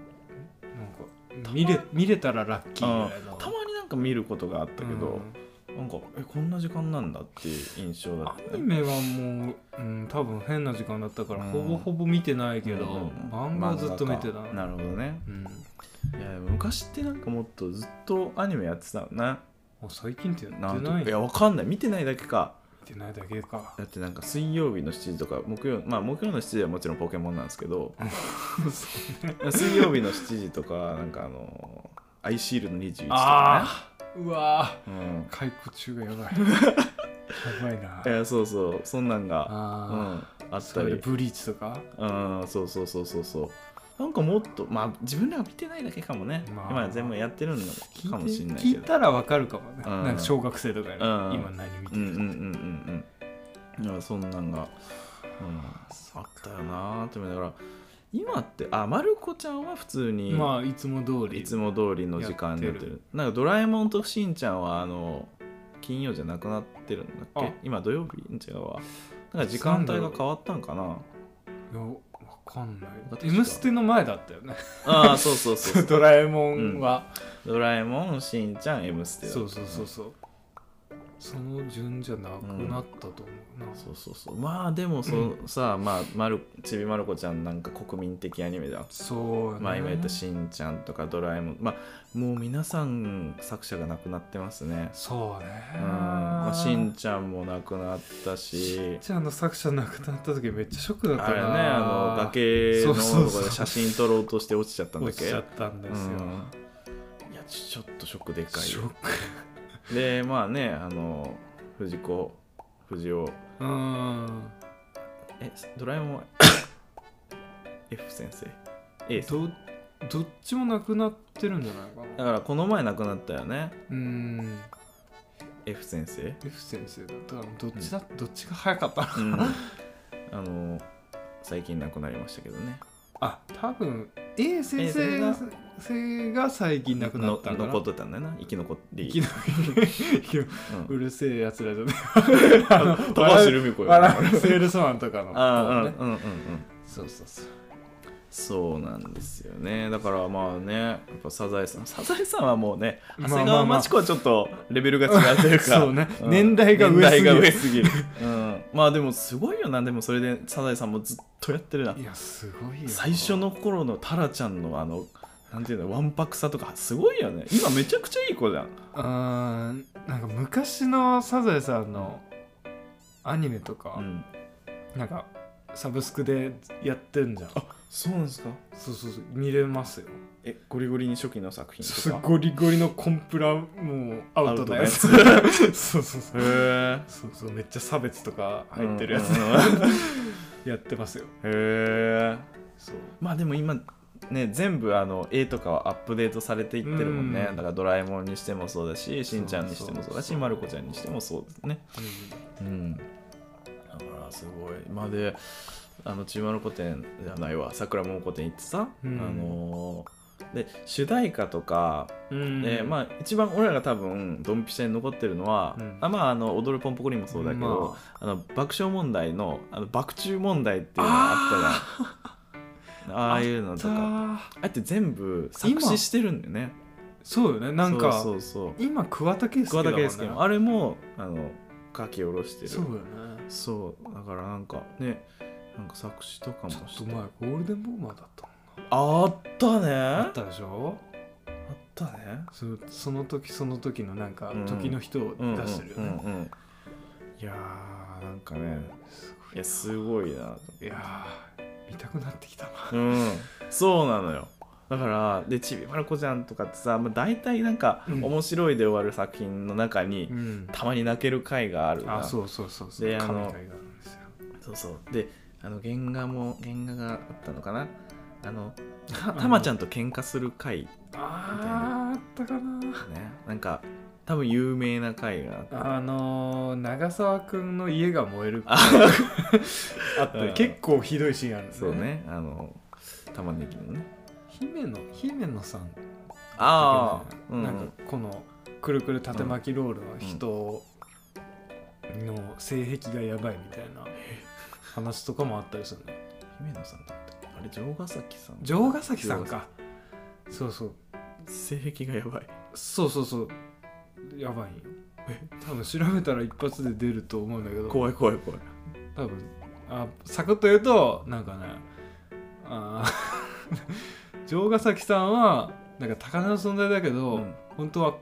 Speaker 1: うなんか見れ見れたらラッキーみたいな
Speaker 2: たまになんか見ることがあったけ
Speaker 1: う
Speaker 2: ど
Speaker 1: ん、
Speaker 2: なんかえこんな時間なんだっていう印象だっ
Speaker 1: ア
Speaker 2: た
Speaker 1: ニメ
Speaker 2: ね
Speaker 1: はもう、うん、多分変な時間だったから、
Speaker 2: うん
Speaker 1: ほぼほぼ見てないけど、
Speaker 2: うんうん
Speaker 1: 漫画はずっと見てた
Speaker 2: 漫画かなるほどね
Speaker 1: うん、
Speaker 2: いやでも昔ってなんかもっとずっとアニメやってたのな
Speaker 1: もう最近ってや
Speaker 2: な
Speaker 1: って
Speaker 2: んと
Speaker 1: ない
Speaker 2: いやわかんない見てないだけか
Speaker 1: 見てないだけか
Speaker 2: だってなんか水曜日の7時とか木曜まあ木曜の7時はもちろんポケモンなんです けど水曜日の7時とかなんかあのアイシールの21とか
Speaker 1: ああうわ
Speaker 2: ねうん
Speaker 1: ー解雇中 がやばいやばいない
Speaker 2: やそうそうそんなんがうん
Speaker 1: あ
Speaker 2: あ
Speaker 1: あ、
Speaker 2: っ
Speaker 1: そ
Speaker 2: た
Speaker 1: れで
Speaker 2: り
Speaker 1: ブリーチとか
Speaker 2: うんそうそうそうそうそうなんかもっとまあ自分らが見てないだけかもね、
Speaker 1: まあ
Speaker 2: 今全部やってるの
Speaker 1: 聞いて
Speaker 2: かもしれない
Speaker 1: 聞
Speaker 2: け
Speaker 1: い
Speaker 2: ど
Speaker 1: たらわかるかもね、
Speaker 2: うん
Speaker 1: なんか小学生とかに、
Speaker 2: うん
Speaker 1: 今何見て
Speaker 2: うんう
Speaker 1: る、
Speaker 2: んうんうんうんいやそんなんが、うん、あったよなーって思いながら今ってあまる子ちゃんは普通に、
Speaker 1: まあいつも通り
Speaker 2: いつも通りの時間になってる
Speaker 1: やっ
Speaker 2: なんかドラえもんとしんちゃんはあの金曜じゃなくなってるんだっ
Speaker 1: あ
Speaker 2: け今土曜日違うわなんか時間帯が変わったんかない
Speaker 1: やわかんない
Speaker 2: 私は
Speaker 1: M ステの前だったよね
Speaker 2: ああそうそうそうそう
Speaker 1: ドラえもんは、
Speaker 2: ドラえもんしんちゃん「M ステ」
Speaker 1: そうそうそうそうその順じゃなくなったと思うな、
Speaker 2: そうそうそうまあでもそ、さあまあまるちびまる子ちゃんなんか国民的アニメだ
Speaker 1: そうね
Speaker 2: まあ今言ったしんちゃんとかドラえもんまあもう皆さん作者が亡くなってますね
Speaker 1: そうね
Speaker 2: うん、まあ、しんちゃんも亡くなったし
Speaker 1: ちゃんの作者亡くなった時めっちゃショックだった
Speaker 2: あ
Speaker 1: な
Speaker 2: れねあの崖
Speaker 1: そ
Speaker 2: の
Speaker 1: う
Speaker 2: と
Speaker 1: そ
Speaker 2: こ
Speaker 1: うそ
Speaker 2: で
Speaker 1: う
Speaker 2: 写真撮ろうとして落ちちゃったんだっ
Speaker 1: 落ち
Speaker 2: け
Speaker 1: ちゃったんですよ、
Speaker 2: うんいやちちょっとショックでかい
Speaker 1: シ
Speaker 2: よ
Speaker 1: ョック
Speaker 2: でまあねあの藤子藤尾
Speaker 1: うん
Speaker 2: えドラえもん F 先生 A 先
Speaker 1: どどっちもなくなってるんじゃないか
Speaker 2: 生
Speaker 1: な
Speaker 2: だからこの前亡くなったよね
Speaker 1: うん
Speaker 2: F 先生
Speaker 1: F 先生だったからどっちだ、どっちが早かった
Speaker 2: うんあの最近亡くなりましたけどね
Speaker 1: あ多分 A 先
Speaker 2: A 先
Speaker 1: 生が
Speaker 2: 生
Speaker 1: が最近亡くなったんだ
Speaker 2: の残ってたんだよな生き残り
Speaker 1: 生き残り
Speaker 2: うん
Speaker 1: うるせえやつらじゃね
Speaker 2: 高橋留美子よ
Speaker 1: 笑うセールスマンとかの
Speaker 2: あ
Speaker 1: ね
Speaker 2: あうんうんうんうん
Speaker 1: そうそうそう
Speaker 2: そうなんですよねだからまあねやっぱサザエさんサザエさんはもうね
Speaker 1: ま
Speaker 2: 長
Speaker 1: あ
Speaker 2: 谷
Speaker 1: まあ
Speaker 2: 川
Speaker 1: まあ
Speaker 2: 町子はちょっとレベルが違うというか
Speaker 1: そうね
Speaker 2: ん
Speaker 1: 年代が上すぎる
Speaker 2: 年代が上すぎる、うん、まあでもすごいよなでもそれでサザエさんもずっとやってるない
Speaker 1: やすごいよ
Speaker 2: 最初の頃のタラちゃんのあのなんていうのわんぱくさとかすごいよね今めちゃくちゃいい子じゃん
Speaker 1: うーんなんか昔のサザエさんのアニメと
Speaker 2: う
Speaker 1: か、
Speaker 2: ん
Speaker 1: なんかサブスクでやってんじゃん
Speaker 2: そうなんですか
Speaker 1: そうそうそう見れますよ
Speaker 2: えゴリゴリに初期の作品とか
Speaker 1: そうゴリゴリのコンプラもうアウトなやつ
Speaker 2: アウト
Speaker 1: そうそうそう
Speaker 2: へ
Speaker 1: そうそうめっちゃ差別とか
Speaker 2: え
Speaker 1: 入ってるやつ、
Speaker 2: うんうんうん
Speaker 1: やってますよ
Speaker 2: へえ
Speaker 1: そう
Speaker 2: まあでも今ね全部あの絵とかはアップデートされていってるもんね、
Speaker 1: うん
Speaker 2: だからドラえもんにしてもそうだししんちゃんにしてもそうだ
Speaker 1: そうそうそ
Speaker 2: し
Speaker 1: う
Speaker 2: まる子ちゃんにしてもそうですねうんだからすごいまあであのちまる子店じゃないわさくらももこ店行ってさ、
Speaker 1: うん
Speaker 2: あのーで主題歌とか、
Speaker 1: うん
Speaker 2: でまあ一番俺らが多分ドンピシャに残ってるのは、
Speaker 1: うん
Speaker 2: あまああの踊るポンポコリンもそうだけど、
Speaker 1: ま
Speaker 2: あの爆笑問題のあの爆中問題っていうのがあっ たじゃんああいうのとかあ
Speaker 1: あ
Speaker 2: れって全部作詞してるんだよね
Speaker 1: そうよねなんか
Speaker 2: そうそうそう
Speaker 1: 今桑田佳祐
Speaker 2: 桑
Speaker 1: だ
Speaker 2: 田
Speaker 1: もんね
Speaker 2: 佳祐もあれもあの書き下ろしてる
Speaker 1: そうよね
Speaker 2: そうだからなんかねなんか作詞とかも
Speaker 1: ちょっ
Speaker 2: し
Speaker 1: と
Speaker 2: て
Speaker 1: 前ゴールデンボンバーだったもんな
Speaker 2: あったねあ
Speaker 1: あったでしょ
Speaker 2: あっったね
Speaker 1: そのその時その時のなんか、
Speaker 2: うん
Speaker 1: 時の人を出してるよね、
Speaker 2: うんうんうんうんいやーなんかねいやすごいない
Speaker 1: やー見たくなってきたな
Speaker 2: うんそうなのよだからでちびまる子ちゃんとかってさ、まあ、大体なんか
Speaker 1: うん
Speaker 2: 面白いで終わる作品の中に、
Speaker 1: ん
Speaker 2: たまに泣ける回があるな
Speaker 1: あそうそうそうそう
Speaker 2: であ
Speaker 1: 神
Speaker 2: の
Speaker 1: 回があるんですよ
Speaker 2: そうそうであの原画も原画があったのかなあのたたまちゃんと喧嘩する回ね
Speaker 1: あーあったかな
Speaker 2: なんか多分有名な回があって
Speaker 1: あのー長澤君の家が燃えるあ
Speaker 2: あ
Speaker 1: った
Speaker 2: うん
Speaker 1: 結構ひどいシーンあるんです
Speaker 2: そうねあの玉ねぎのね
Speaker 1: 姫野姫野さん
Speaker 2: ああうん
Speaker 1: なんかこのくるくる縦巻きロールの人の性癖がやばいみたいな話とかもあったりするの
Speaker 2: 姫野さんだってあれ城ヶ崎さん
Speaker 1: 城ヶ崎さんかそうそう
Speaker 2: 性癖がやばい
Speaker 1: そうそうそうやばいんよ多分調べたら一発で出ると思うんだけど
Speaker 2: 怖い怖い怖い
Speaker 1: 多分あサクッと言うとなんかねあー 城ヶ崎さんはなんか高値の存在だけど、
Speaker 2: うん
Speaker 1: 本当は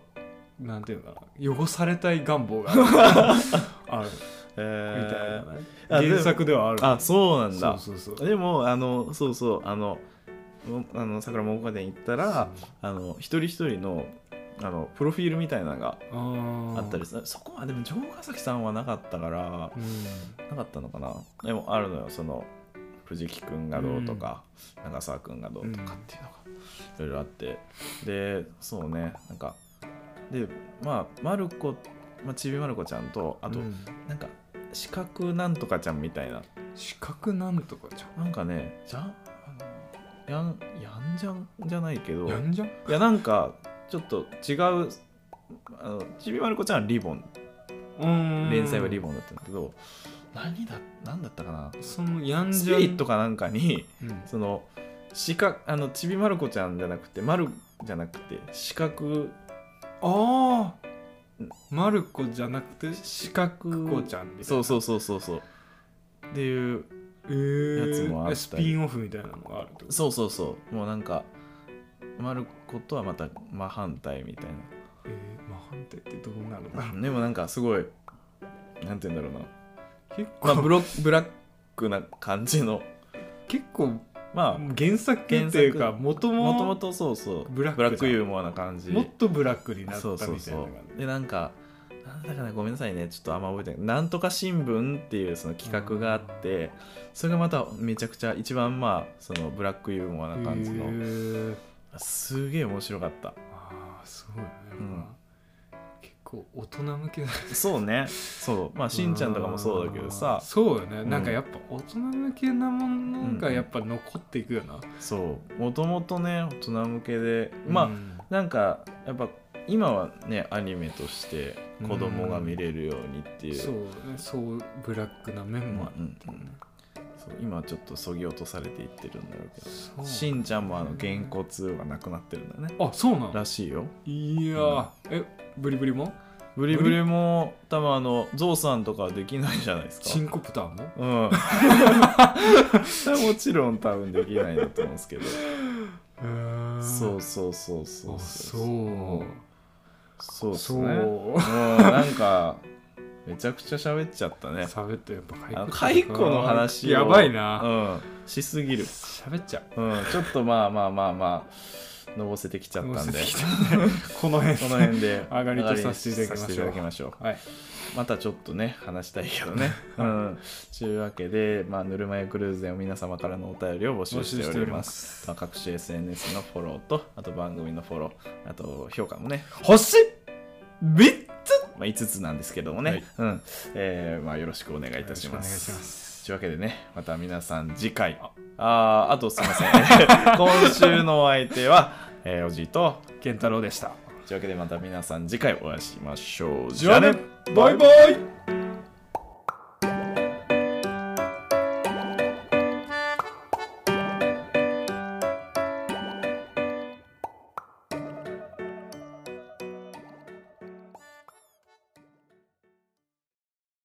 Speaker 1: なんていうのかな汚されたい願望 があるあるみたい
Speaker 2: え
Speaker 1: なね、
Speaker 2: あでも
Speaker 1: 原作ではある
Speaker 2: あそうなんだ
Speaker 1: そうそうそう
Speaker 2: でもあのそうそうあのもあの桜桃花店行ったらあの一人一人のあのプロフィールみたいなのが
Speaker 1: あ
Speaker 2: あったり
Speaker 1: す
Speaker 2: する、そこはでも城ヶ崎さんはなかったから
Speaker 1: る、
Speaker 2: なかったのかなでもあるのよその藤木君がどうとか、長澤君がどうとかっていうのがいろいろあってでそうねなんかでまあまる子、まあ、ちびまる子ちゃんとあ
Speaker 1: あ
Speaker 2: と、なんか四角なんとかちゃんみたいな
Speaker 1: 四角なんとかじ
Speaker 2: なんかねじゃんあのやんやんじゃんじゃないけ
Speaker 1: ゃ
Speaker 2: ど
Speaker 1: んやんじゃん
Speaker 2: いやなんかちょっと違うあのちびまる子ちゃんはリボン連載はリ
Speaker 1: ボ
Speaker 2: ボンだったんだけど何だ何だったかな
Speaker 1: そのやん
Speaker 2: ス
Speaker 1: じ
Speaker 2: ピ
Speaker 1: ゃん
Speaker 2: リットかなんかに
Speaker 1: うん
Speaker 2: その四角あのちびまる子ちゃんじゃなくてまるじゃなくて四角
Speaker 1: ああ
Speaker 2: うん
Speaker 1: マルコじゃなくて四角子ちゃんみたいな
Speaker 2: そう
Speaker 1: う
Speaker 2: そうそうそうそうっていう
Speaker 1: えー、
Speaker 2: やつもあったり
Speaker 1: スピンオフみたいなのがあるってこと
Speaker 2: そうそうそうもうなんかまる子とはまた真反対みたい
Speaker 1: えー、まあ判定ってどうなるんだ ろ
Speaker 2: なでもなんかすごいなんて言うんだ ろうな
Speaker 1: う結
Speaker 2: まあブ
Speaker 1: 構
Speaker 2: ロックブラックな感じの
Speaker 1: 結構
Speaker 2: まあ
Speaker 1: 原作っていうかもと
Speaker 2: もと
Speaker 1: も
Speaker 2: もとそうそう
Speaker 1: ブラックじゃん
Speaker 2: ユーモアな感じ
Speaker 1: もっとブラックになった
Speaker 2: そう
Speaker 1: みたい
Speaker 2: そう
Speaker 1: な
Speaker 2: そ
Speaker 1: 感
Speaker 2: うでなんかなんだかなごめんなさいねちょっとあんま覚えてないなんとか新聞っていうその企画があってそれがまためちゃくちゃ一番まあそのブラックユーモア
Speaker 1: じ
Speaker 2: な感じ
Speaker 1: へ
Speaker 2: の
Speaker 1: ー
Speaker 2: すげえ面白かった
Speaker 1: ああすごいね、
Speaker 2: うん
Speaker 1: 結構大人向けだ
Speaker 2: そうねそうまあしんちゃんとかもそうだけど
Speaker 1: あー
Speaker 2: さ
Speaker 1: そうよね、
Speaker 2: うん
Speaker 1: なんかやっぱ大人向けなものがやっぱ残っていくよな、
Speaker 2: そうもともとね大人向けでまあ、
Speaker 1: うん
Speaker 2: なんかやっぱ今はねアニメとして子供が見れるようにっていう
Speaker 1: そうねそうブラックな面もあ
Speaker 2: うん
Speaker 1: る、ね
Speaker 2: そう今はちょっとそぎ落とされていってるんだろうけ
Speaker 1: そう
Speaker 2: どしんちゃんもあの原骨がなくなってるんだよね
Speaker 1: あそうなの
Speaker 2: らしいよ
Speaker 1: いやーえブリブリも
Speaker 2: ブリブリも多分あのゾウさんとかはできないじゃないですか
Speaker 1: チンコプターも
Speaker 2: うん もちろん多分できないんだと思うんですけど
Speaker 1: へー
Speaker 2: そうそうそうそう
Speaker 1: あ
Speaker 2: そうそう
Speaker 1: そう
Speaker 2: っす
Speaker 1: そ
Speaker 2: ね
Speaker 1: う
Speaker 2: もうなんかめちゃくちゃ喋っちゃったね
Speaker 1: 喋ってやっぱ解
Speaker 2: あの解雇の話を
Speaker 1: やばい
Speaker 2: うん
Speaker 1: な
Speaker 2: しすぎる
Speaker 1: 喋っちゃう
Speaker 2: うん、ちょっとまあまあまあまあ、のぼせてきちゃったんで、
Speaker 1: もう過ぎたね この辺
Speaker 2: この辺で
Speaker 1: 上がりとさせていただきましょう
Speaker 2: 上がりさせていただきましょう
Speaker 1: はい
Speaker 2: またちょっとね、話したいけ どね。うん。というわけで、まあ、ぬるま湯クルーズでは皆様からのお便りを募集しております。まあ各種 SNS のフォローと、あと番組のフォロー、あと評価もね、
Speaker 1: 星3つ
Speaker 2: まあ、5つなんですけどもね、
Speaker 1: はい
Speaker 2: うん。えーまあ、よろしくお願いいたし
Speaker 1: よ
Speaker 2: ま
Speaker 1: ろしくお願い
Speaker 2: す。
Speaker 1: します
Speaker 2: というわけでね、また皆さん次回、あーあとすいません。 今週のお相手は、えーおじいと、
Speaker 1: 健太郎でした
Speaker 2: というわけでまた皆さん次回お会いしましょう。
Speaker 1: じゃあねバイバイ